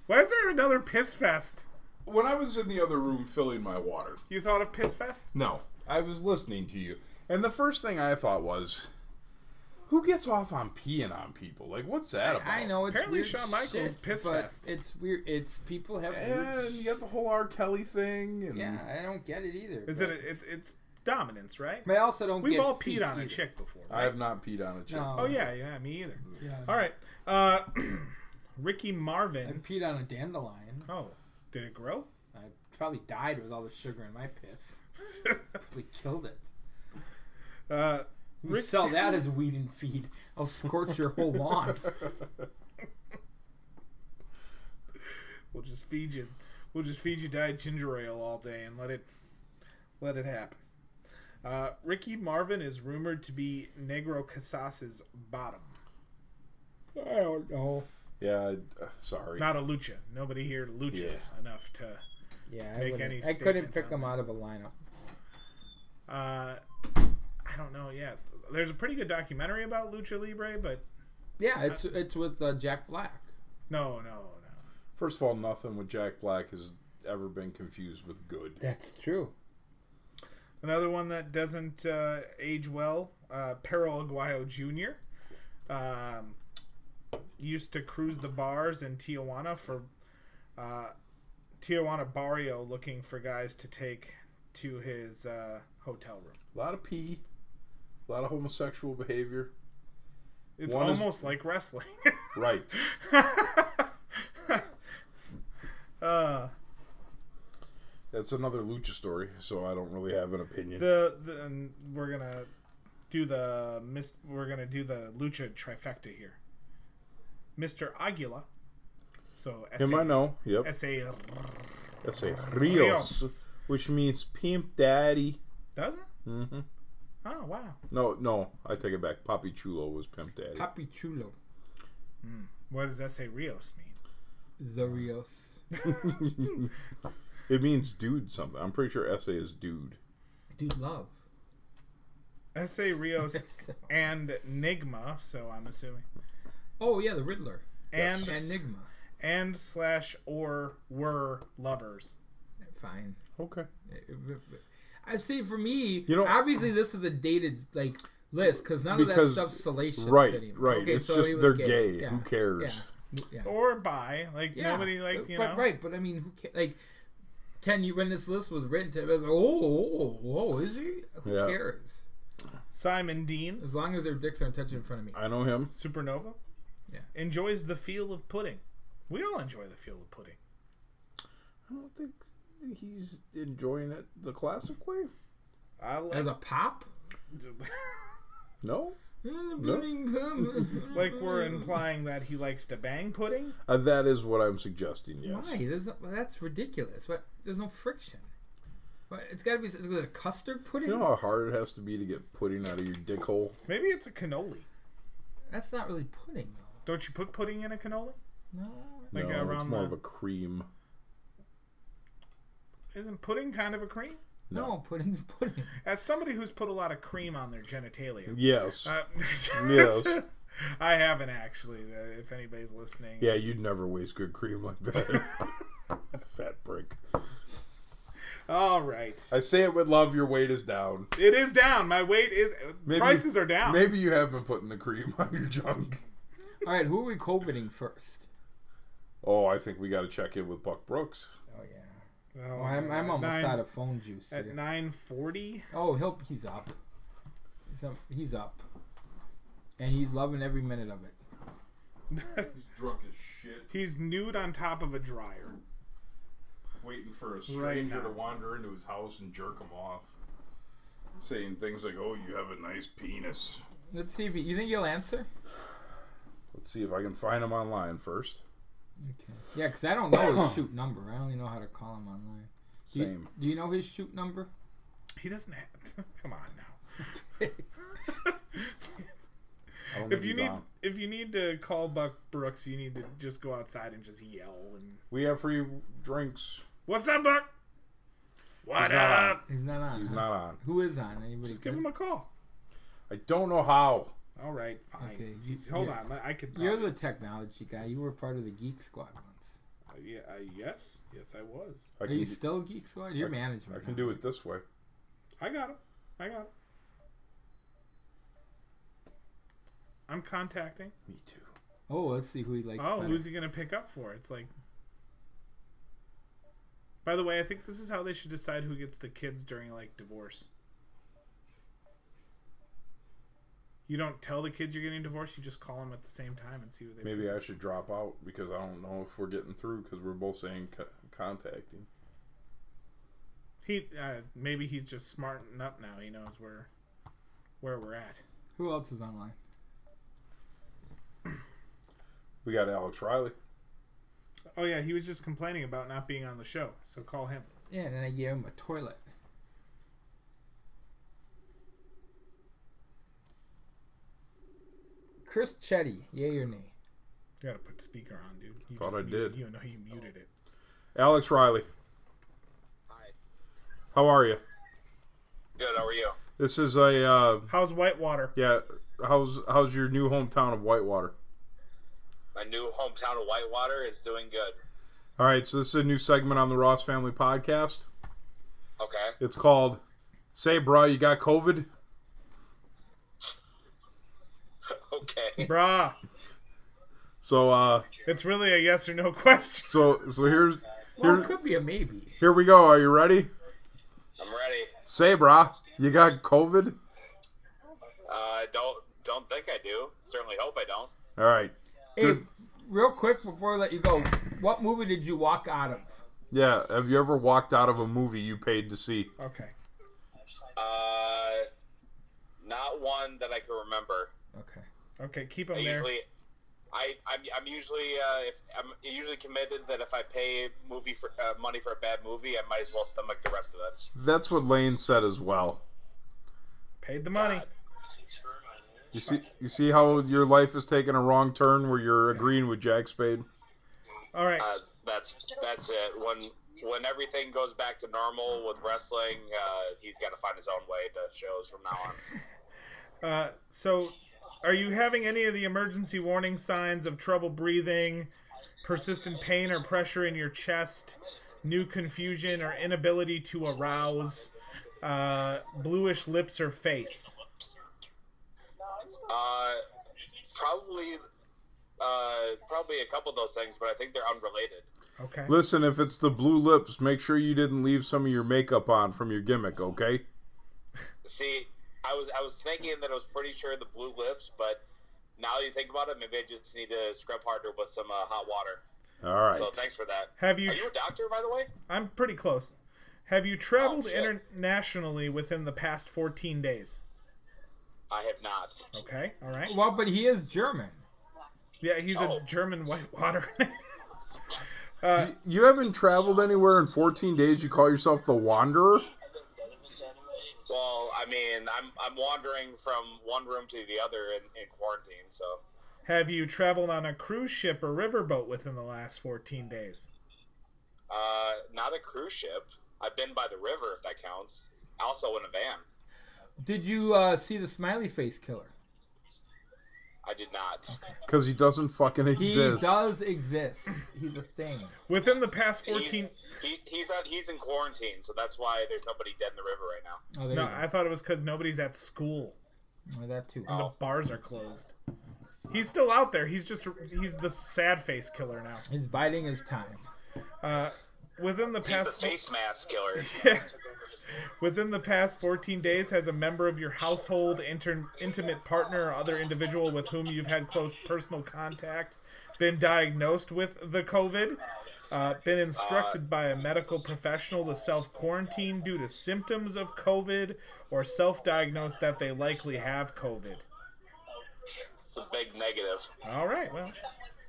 Why is there another piss fest?
When I was in the other room filling my water,
You thought of piss fest?
No, I was listening to you, and the first thing I thought was, who gets off on peeing on people? Like, what's that about?
I know it's
Apparently
weird
Shawn Michaels
shit,
piss
but
fest.
It's weird. It's people have.
And
Weird
you got the whole R. Kelly thing, and
yeah, I don't get it either.
Is
but,
it, it it's dominance, right?
But I also don't.
We've
get
all
feet
peed on
either. Um,
a chick before.
I have not peed on a chick.
No.
Oh yeah, yeah, me either.
Yeah.
All right, uh, Ricky
I
Marvin.
peed on a dandelion.
Oh, did it grow?
I probably died with all the sugar in my piss. probably killed it.
Uh,
We
Rick,
sell that as weed and feed. I'll scorch your whole lawn.
we'll just feed you. We'll just feed you dyed ginger ale all day and let it let it happen. Uh, Ricky Marvin is rumored to be Negro Casas's bottom.
I don't know.
Yeah, I, uh, sorry.
Not a lucha. Nobody here luchas
Yeah.
enough to.
Yeah, I,
Make
wouldn't-
any
I couldn't
statement
pick
on
them out of a lineup.
Uh, I don't know yet. There's a pretty good documentary about lucha libre, but
Yeah, it's it's with uh, Jack Black.
no, no, no.
First of all, nothing with Jack Black is ever been confused with good.
That's true.
Another one that doesn't uh, age well, uh, Peril Aguayo Jr. Um, used to cruise the bars in Tijuana for uh, Tijuana Barrio looking for guys to take to his uh, hotel room.
A lot of pee, a lot of homosexual behavior.
It's
One is-
almost like wrestling.
Right.
uh,
That's another lucha story, so I don't really have an opinion.
the, the and we're gonna do the mis- we're gonna do the lucha trifecta here. Mr. Aguila. So S-
Him I know. Yep.
S A
That's a
Rios.
Rios, which means pimp daddy.
Doesn't it? Mm-hmm. Oh wow.
No, no, I take it back. Poppy Chulo was pimp daddy.
Papi Chulo.
What does S A Rios mean?
The Rios.
It means dude something. I'm pretty sure SA is dude.
Dude, love.
S A Rios and Nigma, so I'm assuming.
oh, yeah, the Riddler.
And
Enigma.
and slash or were lovers.
Fine.
Okay.
I see. For me,
You know-
obviously this is a dated like list because none
Because-
of that stuff's salacious.
right,
anymore.
right. It's just
he was
they're gay. Who cares?
Yeah. yeah.
Or by like
Yeah.
nobody like you
but,
know
right, but I mean, who cares? Like, ten you when this list was written, to, like, oh, oh, oh, is he? Who
Yeah.
cares?
Simon Dean,
As long as their dicks aren't touching in front of me.
I know him.
Supernova.
Yeah.
Enjoys the feel of pudding. We all enjoy the feel of pudding.
I don't think he's enjoying it the classic way.
I like,
As a pop. Mm,
No,
like we're implying that he likes to bang pudding.
uh, that is what I'm suggesting. Yes,
Why? There's no, well, that's ridiculous. What? There's no friction. What? It's got to be is it a custard pudding.
you know how hard it has to be to get pudding out of your dick hole.
Maybe it's a cannoli.
That's not really pudding though.
Don't you put pudding in a cannoli?
No.
Like
no, it's
around
more
the-
of a cream.
Isn't pudding kind of a cream?
No, pudding's pudding.
As somebody who's put a lot of cream on their genitalia,
Yes.
uh,
yes.
I haven't actually. uh, If anybody's listening,
Yeah, you'd never waste good cream like that. Fat brick.
All right,
I say it with love. Your weight is down.
it is down. My weight is. prices are down.
Maybe you have been putting the cream on your junk.
All right, who are we coveting first?
Oh, I think we got to check in with Buck Brooks.
Oh yeah.
Oh,
Well, I'm, I'm almost
nine-
out of phone juice.
At
here.
nine forty,
Oh, he'll he's up. He's up. He's up. And he's loving every minute of it.
He's drunk as shit,
he's nude on top of a dryer.
waiting for a
stranger to
wander into his house and jerk him off, saying things like, "Oh, you have a nice penis."
Let's see if he, you think he'll answer.
Let's see if I can find him online first.
Okay. Yeah, because I don't know his shoot number. I only know how to call him online. Do you-
Same.
do you know his shoot number?
He doesn't have. Come on now.
I don't think
If you
he's
need,
on.
if you need to call Buck Brooks, you need to just go outside and just yell and.
we have free drinks.
What's up, Buck?
not
What
on.
up?
He's not on.
He's
huh?
not on.
Who is on? Anybody?
Just give him a call.
I don't know how.
All right, fine.
Okay, you-
Just hold
yeah.
on. I- I could. uh,
You're
probably-
the technology guy. You were part of the Geek Squad once.
Uh, yeah, uh, yes, yes, I was.
I
Are
can,
you
do-
still Geek Squad? You're management.
I can
now.
do it this way.
I got him. I got him. I'm contacting.
Me too.
Oh, let's see who he likes.
Oh,
better.
who's he gonna pick up for? It's like. By the way, I think this is how they should decide who gets the kids during like divorce. You don't tell the kids you're getting divorced. You just call them at the same time and see who they.
Maybe I should drop out because I don't know if we're getting through because we're both saying co- contacting.
He uh, maybe he's just smarting up now. He knows where where we're at.
Who else is online?
We got Alex Riley.
Oh yeah, he was just complaining about not being on the show. So call him.
Yeah, and then I gave him a toilet. Chris Chetty, yay or nay?
You gotta put the speaker on, dude. You
Thought
just
I
muted-
did.
You know you muted it.
Alex Riley,
Hi.
how are you?
Good. How are you?
This is a uh,
How's Whitewater?
yeah. How's how's your new hometown of Whitewater?
My new hometown of Whitewater is doing good.
Uh, All right, so this is a new segment on the Ross Family Podcast.
Okay.
It's called "Say, Bro, You Got COVID."
Okay.
Bruh,
So, uh,
it's really a yes or no question.
so, so here's
Well, it could be a maybe.
here we go. Are you ready?
I'm ready.
Say, bro, you got COVID.
Uh, don't don't think I do. Certainly hope I don't.
All right.
Hey, real quick before I let you go, what movie did you walk out of?
Yeah. Have you ever walked out of a movie you paid to see?
Okay.
Uh, not one that I can remember.
Okay.
Okay, keep
I
them there.
usually, I I'm, I'm usually uh, if I'm usually committed that if I pay movie for uh, money for a bad movie, I might as well stomach the rest of it.
That's what Lane said as well.
Paid the money.
You see, you see how your life is taking a wrong turn where you're agreeing with Jack Spade.
All right.
Uh, that's that's it. When when everything goes back to normal with wrestling, uh, he's got to find his own way to shows from now on.
Uh, so, are you having any of the emergency warning signs of trouble breathing, persistent pain or pressure in your chest, new confusion or inability to arouse, uh, bluish lips or face?
Uh, probably, uh, probably a couple of those things, but I think they're unrelated.
Okay.
Listen, if it's the blue lips, make sure you didn't leave some of your makeup on from your gimmick, okay?
See, I was I was thinking that I was pretty sure the blue lips, but now you think about it, maybe I just need to scrub harder with some uh, hot water.
All right.
So thanks for that.
Have you?
Are you a doctor, by the way?
I'm pretty close. Have you traveled
Oh, shit.
internationally within the past 14 days?
I have not.
Okay. All right.
Well, but he is German.
Yeah, he's
Oh.
a German whitewater.
You haven't traveled anywhere in 14 days. You call yourself the Wanderer?
Well, I mean, I'm I'm wandering from one room to the other in, in quarantine, so
Have you traveled on a cruise ship or riverboat within the last 14 days?
uh, not a cruise ship. I've been by the river, if that counts. Also in a van.
Did you uh, see the smiley face killer?
I did not.
Because he doesn't fucking
He
exist.
does exist. He's a thing.
Within the past 14.
He's, he, he's on he's in quarantine, so that's why there's nobody dead in the river right now.
Oh, there
No,
you go.
I thought it was because nobody's at school.
Oh, that too.
Oh.
Bars are closed. He's still out there. He's just he's the sad face killer now.
He's biding Oh, his time.
Uh, within the
He's the
past
face mask killer.
within the past 14 days, has a member of your household, inter- intimate partner, or other individual with whom you've had close personal contact been diagnosed with the COVID? Uh, been instructed by a medical professional to self quarantine due to symptoms of COVID, or self diagnosed that they likely have COVID?
It's a big negative.
All right. Well,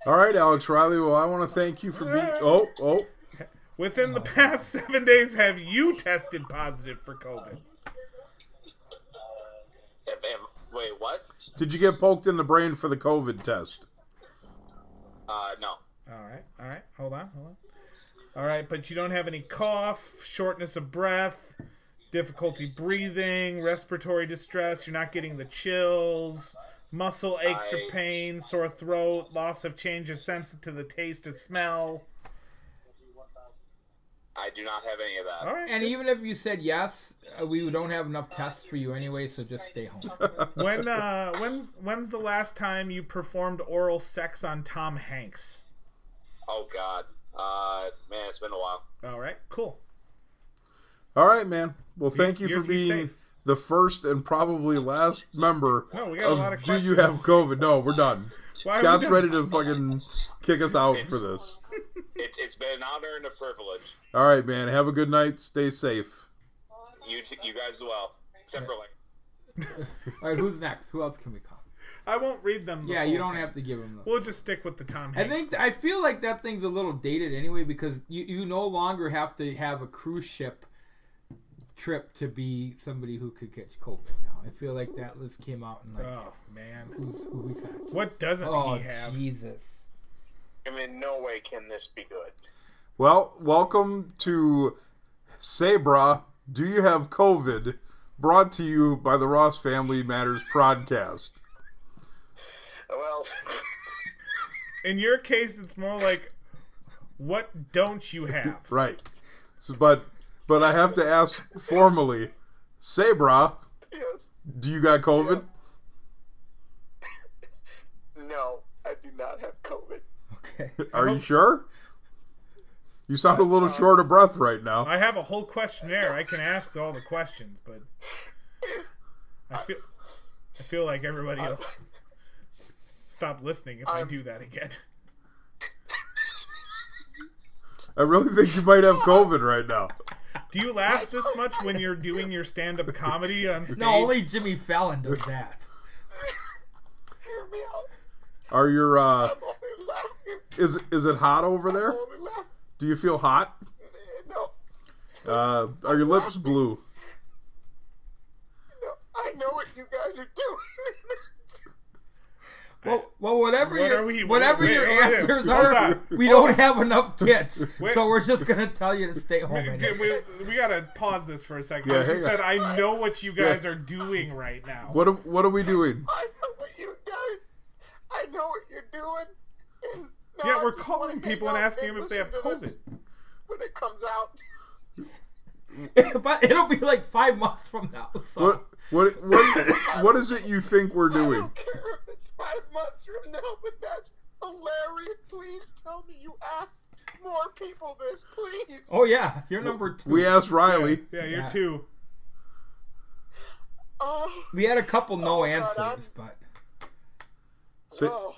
All right, Alex Riley. Well, I want to thank you for being. Oh, oh.
within the past seven days, have you tested positive for COVID?
If, if, wait, what?
Did you get poked in the brain for the COVID test?
Uh, no.
All right. All right. Hold on. Hold on. All right. But you don't have any cough, shortness of breath, difficulty breathing, respiratory distress. You're not getting the chills, muscle aches
I-
or pain, sore throat, loss of change of sense to the taste and smell.
I do not have any of that.
All right.
And even if you said yes, uh, we don't have enough tests for you anyway, so just stay home.
when uh, when's when's the last time you performed oral sex on Tom Hanks?
Oh God. Uh, man, it's been a while.
All right. Cool.
All right, man. Well, thank
He's-
you for
he's- he's
being
safe.
the first and probably last member
No, Oh, we got a lot
of
of
Do Oh, You Have
questions.
COVID? No, we're done.
Why are we
Scott's
done?
ready to fucking kick us out for this.
It's it's been an honor and a privilege.
All right, man. Have a good night. Stay safe.
You t- you guys as well, except for like.
All right, who's next? Who else can we call?
I won't read them. the
Yeah,
full
you don't
thing.
have to give him the.
We'll just stick with the Tom
I
Hanks.
think I feel like that thing's a little dated anyway because you, you no longer have to have a cruise ship trip to be somebody who could catch COVID now. I feel like that list came out and like
Oh man,
who's who we got.
what doesn't
Oh
he have?
Jesus.
I mean, no way can this be good.
Well, welcome to Sabra. Do you have COVID? Brought to you by the Ross Family Matters podcast.
Well,
In your case, it's more like, What don't you have?
Right. So, but but I have to ask formally, Sabra,
Yes.
do you got COVID?
No, I do not have COVID.
Okay.
Are you sure? You sound a little short of breath right now.
I have a whole questionnaire. I can ask all the questions, but I feel I feel like everybody else stop listening if i do that again.
I really think you might have COVID right now.
Do you laugh this much when you're doing your stand-up comedy on stage?
No, only Jimmy Fallon does that.
Hear me out.
Are your uh
I'm only laughing.
is is it hot over there?
I'm only laughing.
Do you feel hot?
No,
Uh are your lips blue?
no, I know what you guys are doing.
Well, Oh, well whatever
What
your,
are we-
whatever
wait,
your
wait, wait,
answers
hold
are,
on.
we
Hold
don't have enough kits,
Wait.
so we're just gonna tell you to stay home. I
Dude,
guess.
we, we gotta pause this for a second.
Yeah,
she
hang on.
said, "I know what you guys are doing right now."
What am- what are we doing?
I know what you guys. I know what you're doing. And now
Yeah,
I
we're
just
calling
wanna hang
people and
out
asking them if they have
listen to this
COVID.
when it comes out.
but it'll be like five months from now. So
What what what what is it you think we're
I
doing?
don't care if it's five months from now, but that's hilarious. Please tell me you asked more people this, please.
oh yeah, you're number two.
We asked Riley.
Yeah, you're
Yeah.
two.
Oh,
We had a couple no
Oh, God,
answers, but
Say,
oh,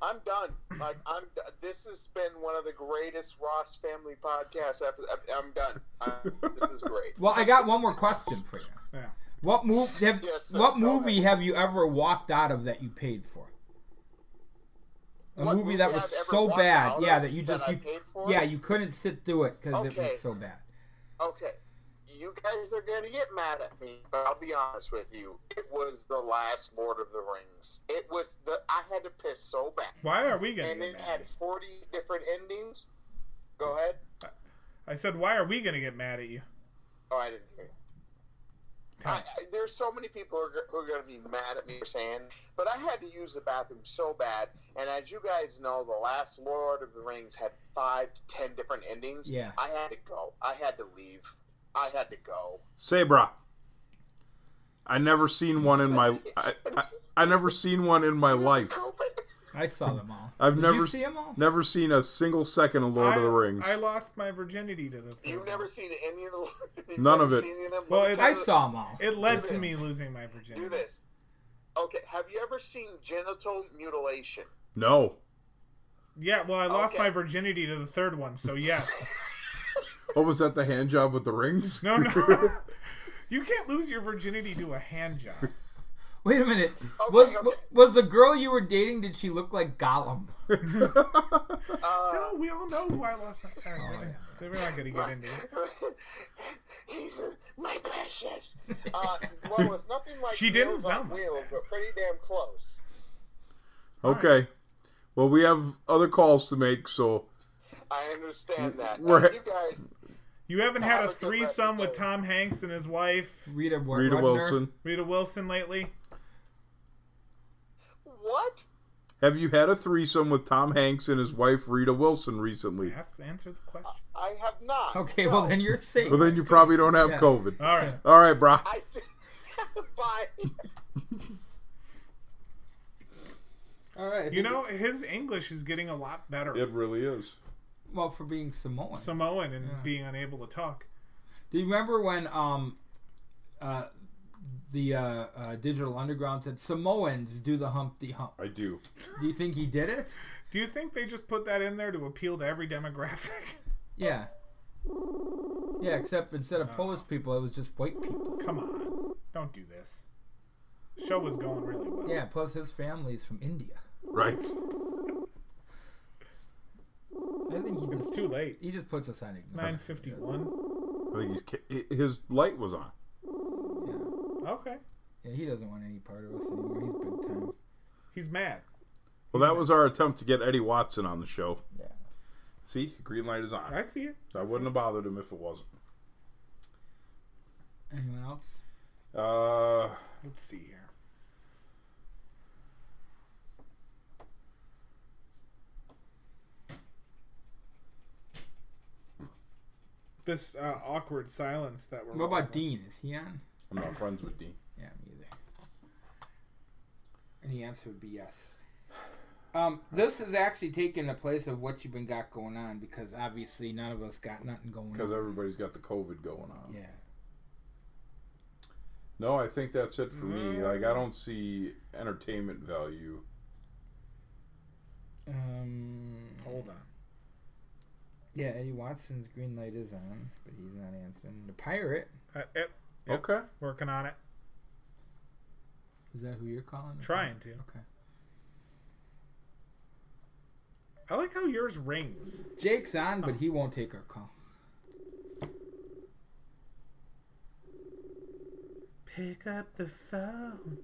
I'm done. Like I'm. d- This has been one of the greatest Ross Family podcasts. I've, I've- I'm done. I'm, this is great.
well, I got one more question for you.
Yeah.
What move have,
Yes, sir.
what
Go
movie
ahead.
have you ever walked out of that you paid for? A
What
movie that
movie
was
I've ever
so
walked
bad,
out
yeah,
of
that you
that
just
I
you,
paid for?
yeah, you couldn't sit through it because it
Okay.
was so bad.
Okay, you guys are gonna get mad at me, but I'll be honest with you. It was the last Lord of the Rings. It was the. I had to piss so bad.
Why are we gonna
and
get
it
mad?
had 40 different endings. Go ahead.
I said, "Why are we gonna get mad at you?"
Oh, I didn't hear you. I, I- there's so many people who are, go- who are going to be mad at me for saying, but I had to use the bathroom so bad. And as you guys know, the last Lord of the Rings had five to ten different endings.
Yeah.
I had to go. I had to leave. I had to go.
Sabra. I never seen one in my I, I, I never seen one in my life.
I saw them all.
I've
Did
never
you
s-
see them all.
Never seen a single second of Lord
I,
of the Rings.
I lost my virginity to the. third
You've
one.
never seen any of the. you've
None
never
of it.
seen any of them?
Well,
Let me
it-
tell
I
you-
saw them all.
It led
Do
to
this.
me losing my virginity.
Do this. Okay, have you ever seen genital mutilation?
no.
Yeah, well, I lost
Okay.
my virginity to the third one, so yes.
What Oh, was that? The hand job with the rings?
No, no. You can't lose your virginity to a hand job.
Wait a minute. was
okay.
wa- was the girl you were dating? Did she look like Gollum?
Uh,
No, we all know who I lost my virginity. We're not gonna get into it.
my precious. Uh, well, it was nothing like
She didn't
Meals on
sound like
Wheels, but pretty damn close.
Okay. Well, we have other calls to make, so
I understand that.
We're-
Uh, you guys,
You haven't had
Have
a
a good rest
threesome
of the
with
day.
Tom Hanks and his wife
Rita, Wa-
Rita
Rudner?
Wilson.
Rita Wilson lately.
what?
Have you had a threesome with Tom Hanks and his wife Rita Wilson recently?
Ask, answer the question.
I have not.
Okay,
No,
well then you're safe.
Well, then you probably don't have
Yeah. Uh.
COVID.
All
Uh,
right.
All right, brah.
I did. Bye.
all right. I
You
think-
know his English is getting a lot better.
It really is.
well for being Samoan.
Samoan and being unable to talk.
Do you remember when um, uh, the uh, uh, Digital Underground said Samoans do the Humpty Hump?
I do.
Do you think he did it?
Do you think they just put that in there to appeal to every demographic?
Yeah. Yeah, except instead of Polish people, it was just white people.
Come on, don't do this. Show was going really well.
Yeah, plus his family's from India.
Right.
I think he just
It's too late.
he just puts us on ignorance.
Nine fifty one.
I think he's ki- his light was on.
Yeah.
Okay.
yeah, he doesn't want any part of us anymore. He's big time.
He's mad.
Well, that was our attempt to get Eddie Watson on the show.
Yeah.
See, green light is on.
I see it.
I wouldn't have bothered him if it wasn't.
Anyone else?
Uh,
Let's see here. this uh, awkward silence that we're.
What
all in.
about Dean? Is he on?
I'm not friends with Dean.
Yeah, me either. And the answer would be yes. Um, this is actually taking the place of what you've been got going on because obviously none of us got nothing going
Because
on.
everybody's got the COVID going on.
Yeah.
No, I think that's it for
Mm.
me. Like, I don't see entertainment value.
Um,
Hold on.
yeah, Eddie Watson's green light is on, but he's not answering. The pirate.
Uh, yep, Yep.
Okay.
working on it.
Is that who you're calling?
Trying to.
Okay.
I like how yours rings.
Jake's on,
Oh.
but he won't take our call.
Pick up the phone.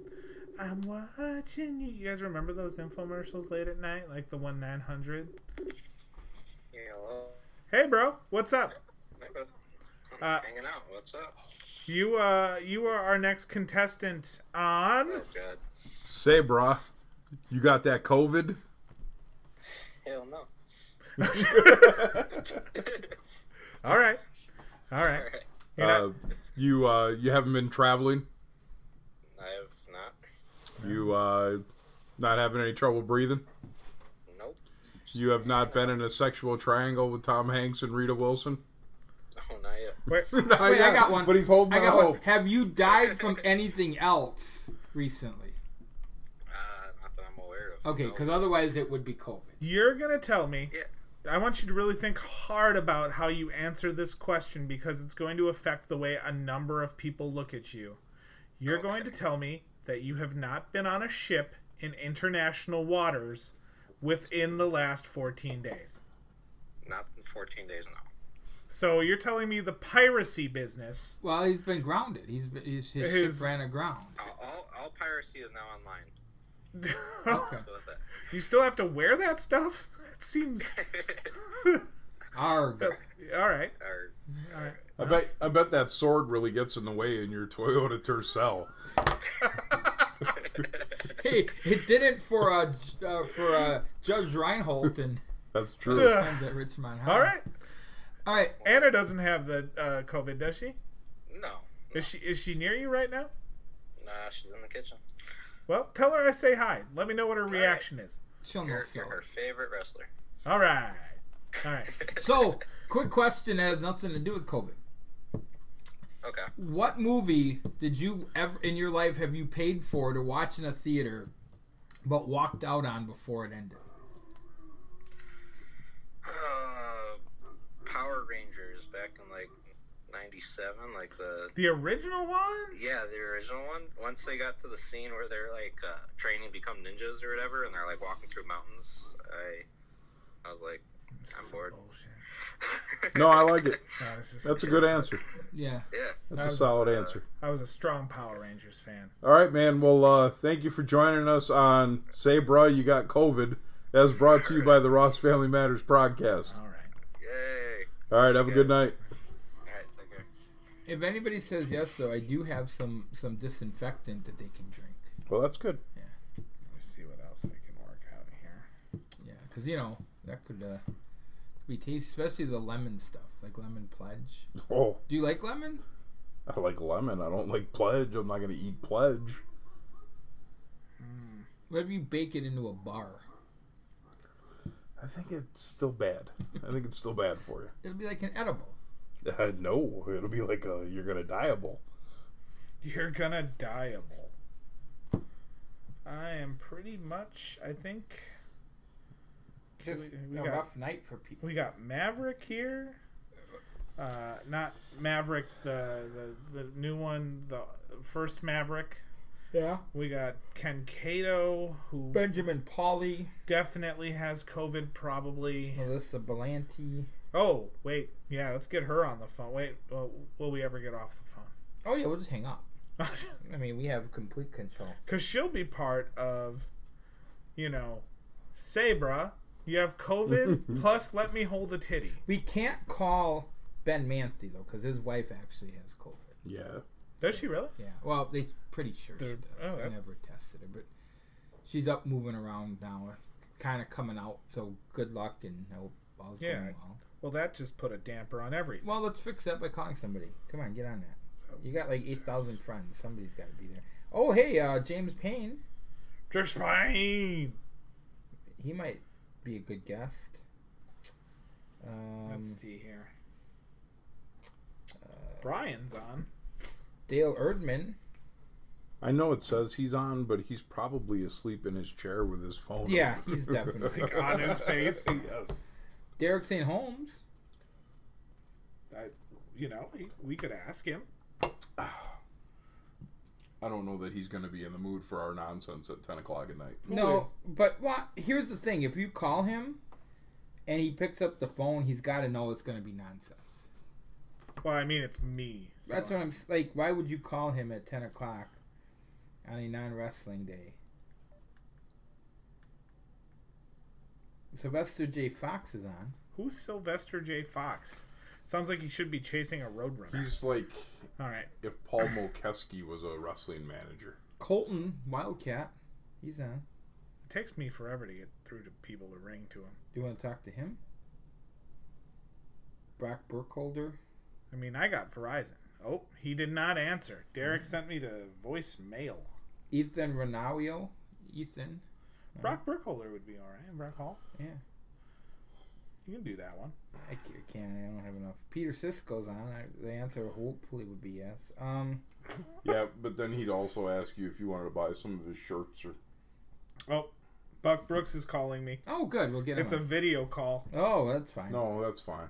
I'm watching you. You guys remember those infomercials late at night, like the one nine hundred?
You know,
Hey, bro, what's up? Uh,
hanging out. What's up?
You uh, you are our next contestant on.
Oh God.
Say, brah, you got that COVID?
Hell no.
All right, all right. You're not-
Uh, you uh, you haven't been traveling.
I have not.
You uh, not having any trouble breathing.
Nope.
You have not been in a sexual triangle with Tom Hanks and Rita Wilson.
Oh, not yet.
wait,
Not
Wait, I
yet,
got one.
But he's holding
I got
out
one. Have you died from anything else recently?
Uh, not that I'm aware of.
Okay,
No.
because otherwise it would be COVID.
you're gonna tell me.
Yeah.
I want you to really think hard about how you answer this question because it's going to affect the way a number of people look at you. You're going to tell me that you have not been on a ship in international waters within the last 14 days.
Not in 14 days now.
So you're telling me the piracy business.
Well, he's been grounded. He's, been- he's his,
His-
ship ran aground.
All, all, all piracy is now online. So with that.
you still have to wear that stuff? It seems.
Arg.
All right.
Or,
All right.
I bet I bet that sword really gets in the way in your Toyota Tercel.
hey, it didn't for uh, J- uh for uh Judge Reinhold and
That's true.
Yeah.
friends at Richmond High.
All right.
all right.
Anna doesn't have the uh, COVID, does she?
no.
Is she is she near you right now?
Nah, she's in the kitchen.
Well, tell her I say hi. Let me know what her reaction is.
She'll know
You're,
so.
you're her favorite wrestler.
All right. All right.
So, quick question that has nothing to do with COVID.
Okay.
What movie did you ever in your life have you paid for to watch in a theater, but walked out on before it ended?
Uh, Power Rangers back in like 97, like the.
The original one?
Yeah, the original one. Once they got to the scene where they're like uh, training to become ninjas or whatever, and they're like walking through mountains, I, I was like, I'm bored.
Bullshit.
No, I like it.
No, this is-
That's a good answer.
Yeah.
Yeah.
That's a solid answer.
I was a strong Power Rangers fan.
All right, man. Well, uh, thank you for joining us on Say Bruh, You Got COVID. That's brought to you by the Ross Family Matters podcast.
All right.
Yay.
All right, have a good night.
All right, take care.
If anybody says yes, though, I do have some some disinfectant that they can drink.
Well, that's good.
Let me see what else I can work out here.
Yeah, because you know that could uh, could be tasty, especially the lemon stuff, like lemon pledge.
Oh,
Do you like lemon?
I like lemon. I don't like pledge. I'm not gonna eat pledge.
What if you bake it into a bar?
I think it's still bad. I think it's still bad for
It'll be like an edible.
you. Uh, no, it'll be like a you're gonna dieable.
You're gonna dieable. I am pretty much. I think
Just
We- we
a
got-
rough night for people.
we got Maverick here. Uh, not Maverick, the, the the new one, the first Maverick.
Yeah.
We got Ken Kato, who
Benjamin Polly,
definitely has COVID, probably.
Melissa Belanti.
Oh, wait. Yeah, let's get her on the phone. Wait, will, will we ever get off the
Oh yeah, we'll just hang up.
phone?
I mean, we have complete control.
Because she'll be part of, you know, Sabra, you have COVID, plus let me hold a titty.
We can't call Ben Manthey though, because his wife actually has COVID.
Yeah.
Does she really?
Yeah. Well, they pretty sure she
They're-
does.
oh,
I
that-
never tested her, but she's up moving around now, kind of coming out. So good luck, and I hope all's
Yeah.
going well.
Well, that just put a damper on everything.
Well, let's fix that by calling somebody. Come on, get on that. You got like 8,000 friends. Somebody's got to be there. Oh, hey, uh, James Payne.
Just fine.
He might be a good guest. Um,
Let's see here. Brian's on.
Dale Erdman.
I know it says he's on, but he's probably asleep in his chair with his phone.
Yeah,
open.
he's definitely.
on his face.
yes.
Derek St. Holmes.
I, you know, he, we could ask him.
I don't know that he's going to be in the mood for our nonsense at ten o'clock at night.
No,
is?
but well, here's the thing. If you call him and he picks up the phone, he's got to know it's going to be nonsense.
Well, I mean, it's me. so-
That's what I'm s- like. Why would you call him at 10 o'clock on a non wrestling day? Sylvester J. Fox is on.
Who's Sylvester J. Fox? Sounds like he should be chasing a roadrunner.
He's like
All right.
if Paul Molkeski was a wrestling manager.
Colton Wildcat. He's on.
It takes me forever to get through to people to ring to him.
Do you want to talk to him? Brock Burkholder.
I mean, I got Verizon. Oh, he did not answer. Derek sent me to voicemail.
Ethan Renawio. Ethan.
Brock Burkholder would be all right. Brock Hall.
Yeah.
You can do that one.
I ca- can't. I don't have enough. Peter Sisko's on. I, the answer hopefully would be yes. Um,
Yeah, but then he'd also ask you if you wanted to buy some of his shirts or
Oh, Buck Brooks is calling me.
oh, good. We'll get him.
It's a
on.
video call.
oh, that's fine.
No, that's fine.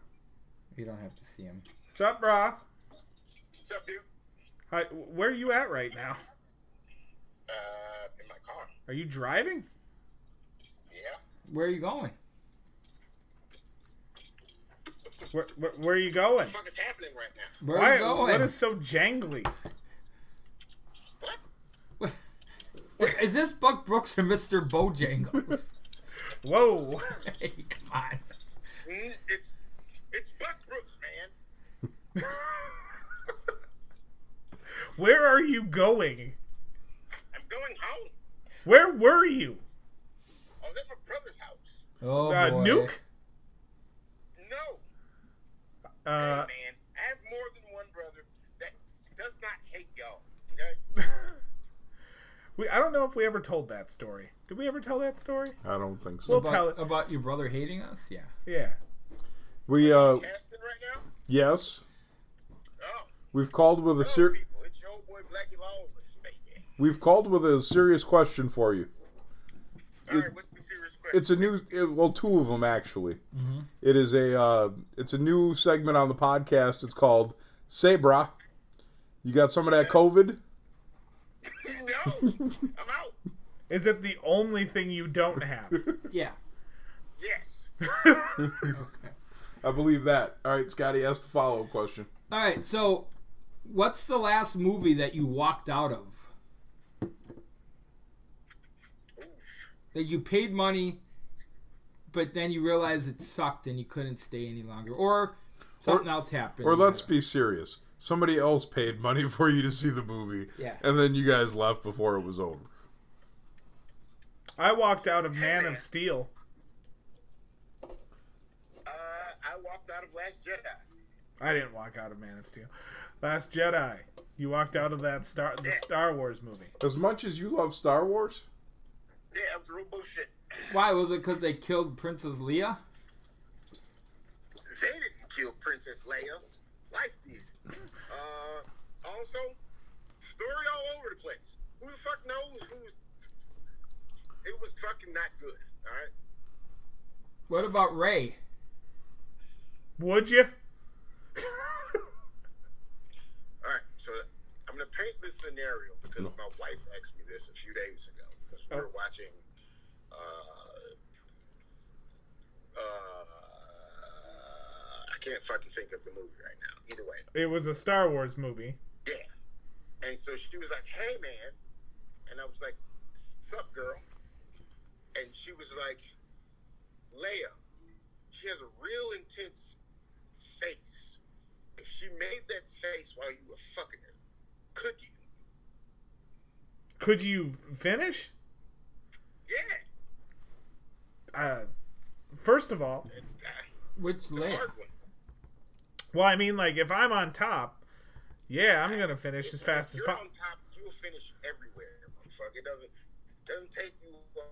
We don't have to see him.
Sup, brah?
What's up, dude?
Hi, where are you at right now?
Uh, in my car.
Are you driving?
Yeah.
Where are you going?
Where, where, where are you going?
What the fuck is happening right now?
Where are
Why,
you going?
what is so jangly?
What?
Is this Buck Brooks or Mr. Bojangles?
Whoa.
hey, come on.
Mm, It's it's Buck Brooks, man.
Where are you going?
I'm going home.
Where were you?
I was at my brother's house.
Oh,
Uh,
boy.
Nuke?
No,
Uh,
hey, man. I have more than one brother that does not hate y'all. Okay.
we, I don't know if we ever told that story. Did we ever tell that story?
I don't think so.
Well, Tell it.
About, about your brother hating us? Yeah.
Yeah.
we uh
Casting right now.
yes,
Oh,
we've called with a
hello,
ser-
people. It's your old boy Blackie Lawless, baby.
we've called with a serious question for you.
All right, what's the serious question?
It's a new it, well two of them actually. It is a uh it's a new segment on the podcast. It's called Say Brah. You got some of that COVID?
no, I'm out.
Is it the only thing you don't have?
Yeah.
Yes.
I believe that. All right, Scotty, ask the follow-up question.
All right, so what's the last movie that you walked out of? That you paid money, but then you realized it sucked and you couldn't stay any longer? Or something else happened.
Or let's be serious. Somebody else paid money for you to see the movie,
Yeah.
and then you guys left before it was over.
I walked out of Man of Steel.
Uh, I walked out of Last Jedi.
I didn't walk out of Man of Steel. Last Jedi. You walked out of that Star the Star Wars movie.
As much as you love Star Wars,
Yeah, that was real bullshit.
Why? Was it because they killed Princess Leia?
They didn't kill Princess Leia. Life did. Uh, also, story all over the place. Who the fuck knows who's. It was fucking not good, alright?
What about Ray?
Would you?
Alright, so I'm gonna paint this scenario because my wife asked me this a few days ago. Because we were watching. Uh, uh, I can't fucking think of the movie right now. Either way.
It was a Star Wars movie.
Yeah. And so she was like, hey, man. And I was like, sup, girl. And she was like, Leia, she has a real intense face. If she made that face while you were fucking her, could you?
Could you finish?
Yeah.
Uh, first of all,
And I-
Which
The
layer?
hard one.
Well, I mean, like if I'm on top, yeah, I'm gonna finish
If-
as fast
if
as
you're
possible.
on top, you'll finish everywhere, motherfucker. It doesn't doesn't take you long.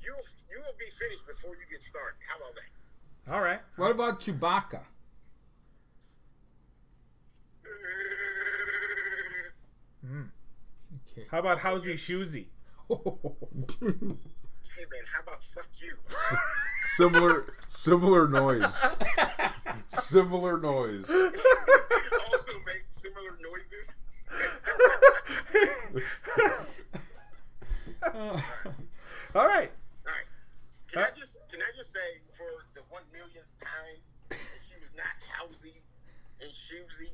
You you will be finished before you get started. How about that?
All right.
What about Chewbacca? Okay.
How about Howsy Shoesy?
Hey man, how about fuck you?
Similar, similar noise. similar noise.
also make similar noises.
All right.
All right. Can I just can I just say for the one millionth time, if she was not housy and shoesy,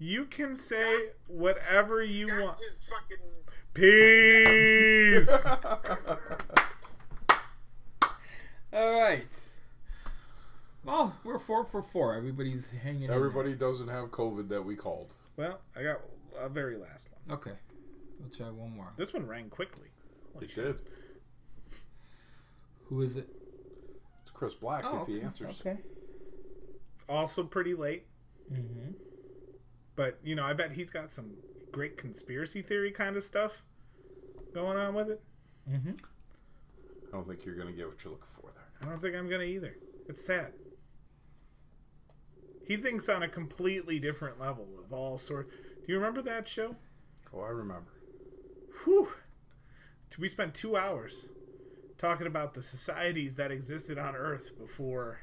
You can say whatever you
Scott
want.
just fucking
Peace.
All right. Well, we're four for four. Everybody's hanging. in there.
Everybody doesn't have COVID that we called.
well, I got a very last one.
Okay. We'll try one more.
This one rang quickly.
It did.
Who is it?
It's Chris Black
Oh,
if he
okay,
answers.
Also pretty late. But you know, I bet he's got some great conspiracy theory kind of stuff going on with it.
I don't think you're gonna get what you're looking for there.
I don't think I'm gonna either. It's sad. He thinks on a completely different level of all sorts. Do you remember that show?
Oh, I remember.
Whew. We spent two hours talking about the societies that existed on Earth before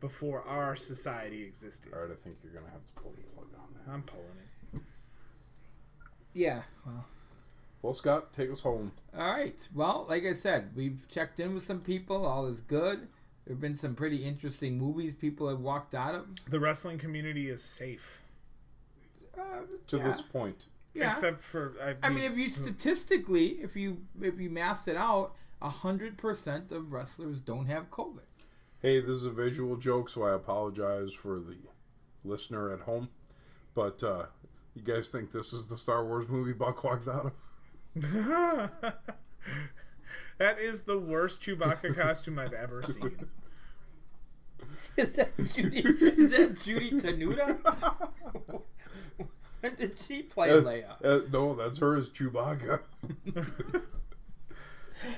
before our society existed.
All right, I think you're gonna have to pull the plug on that.
I'm pulling it.
Yeah. Well.
Well, Scott, take us home.
All right. Well, like I said, we've checked in with some people. All is good. There have been some pretty interesting movies people have walked out of.
The wrestling community is safe.
Uh,
To
yeah.
this point,
Yeah.
Except for I,
I mean, if you statistically, if you if you math it out, hundred percent of wrestlers don't have COVID.
hey, this is a visual joke, so I apologize for the listener at home. But uh, you guys think this is the Star Wars movie Buck walked out of?
that is the worst Chewbacca costume I've ever seen.
Is that Judy? is that Judy Tenuta? when did she play Leia?
Uh, no, that's her as Chewbacca.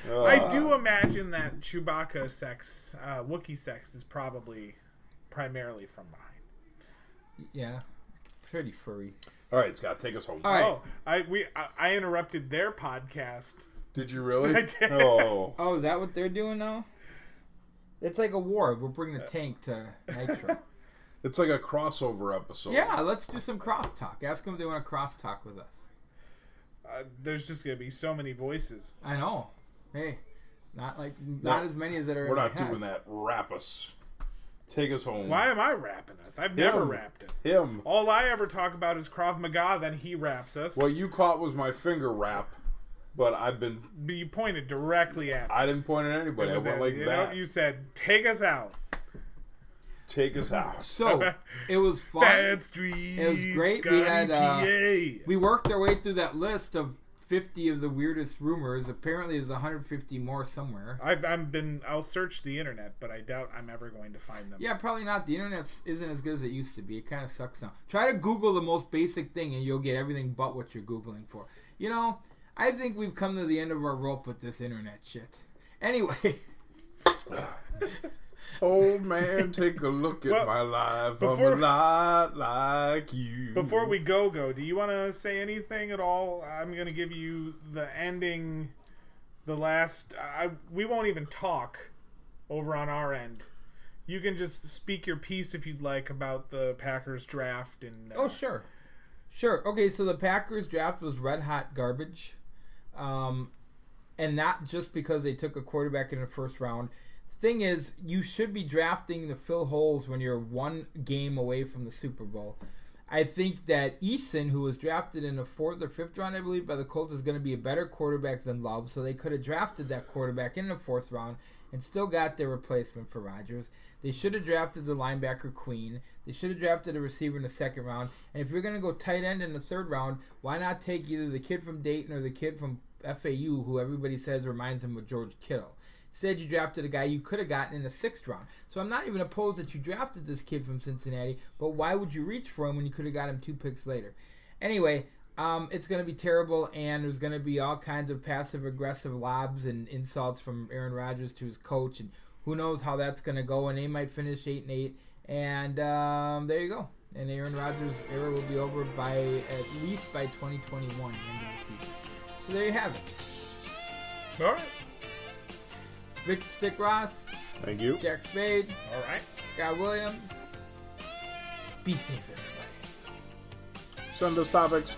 Uh,
I do imagine that Chewbacca sex, uh, Wookiee sex, is probably primarily from behind.
Yeah, pretty furry.
All right, Scott, take us home.
All right.
Oh, I we I, I interrupted their podcast.
Did you really?
I did.
Oh,
Oh, is that what they're doing now? It's like a war. We're bringing the tank to Nitro.
it's like a crossover episode.
yeah, let's do some crosstalk. Ask them if they want to crosstalk with us.
Uh, there's just gonna be so many voices.
I know. Hey, not like not as many as that are.
We're
in my
not
head.
doing that. Wrap us. Take us home.
Why am I rapping us? I've never
Him.
rapped us.
Him.
All I ever talk about is Krav Maga. Then he raps us.
What you caught was my finger wrap, but I've been.
But you pointed directly at. me.
I didn't point at anybody. I
Was
went
that-
like
you know,
that.
you said, "Take us out."
Take us out.
So it was fun.
Bad street.
It was great. We had, uh, we worked our way through that list of 50 of the weirdest rumors. Apparently, there's 150 more somewhere.
I've, I've been. I'll search the internet, but I doubt I'm ever going to find them.
Yeah, probably not. The internet isn't as good as it used to be. It kind of sucks now. Try to Google the most basic thing, and you'll get everything but what you're Googling for. You know, I think we've come to the end of our rope with this internet shit. Anyway,
Old man, take a look at
Well,
my life.
before-
I'm a lot like you.
Before we go, go. Do you want to say anything at all? I'm going to give you the ending. The last. I. We won't even talk over on our end. You can just speak your piece if you'd like about the Packers draft and. Uh,
Oh, sure. Sure. Okay, so the Packers draft was red hot garbage. Um, and not just because they took a quarterback in the first round. Thing is, you should be drafting to fill holes when you're one game away from the Super Bowl. I think that Eason, who was drafted in the fourth or fifth round, I believe, by the Colts, is going to be a better quarterback than Love. So they could have drafted that quarterback in the fourth round and still got their replacement for Rodgers. They should have drafted the linebacker Queen. They should have drafted a receiver in the second round. And if you're going to go tight end in the third round, why not take either the kid from Dayton or the kid from FAU, who everybody says reminds him of George Kittle? Instead, you drafted a guy you could have gotten in the sixth round. So I'm not even opposed that you drafted this kid from Cincinnati, but why would you reach for him when you could have got him two picks later? Anyway, um, it's going to be terrible, and there's going to be all kinds of passive aggressive lobs and insults from Aaron Rodgers to his coach, and who knows how that's going to go. And they might finish eight and eight, and um, there you go. And Aaron Rodgers' era will be over by at least by 2021, the end of the season. So there you have it.
All right.
Victor Stick Ross,
Thank you.
Jack Spade,
All right.
Scott Williams. Be safe, everybody.
Send us topics.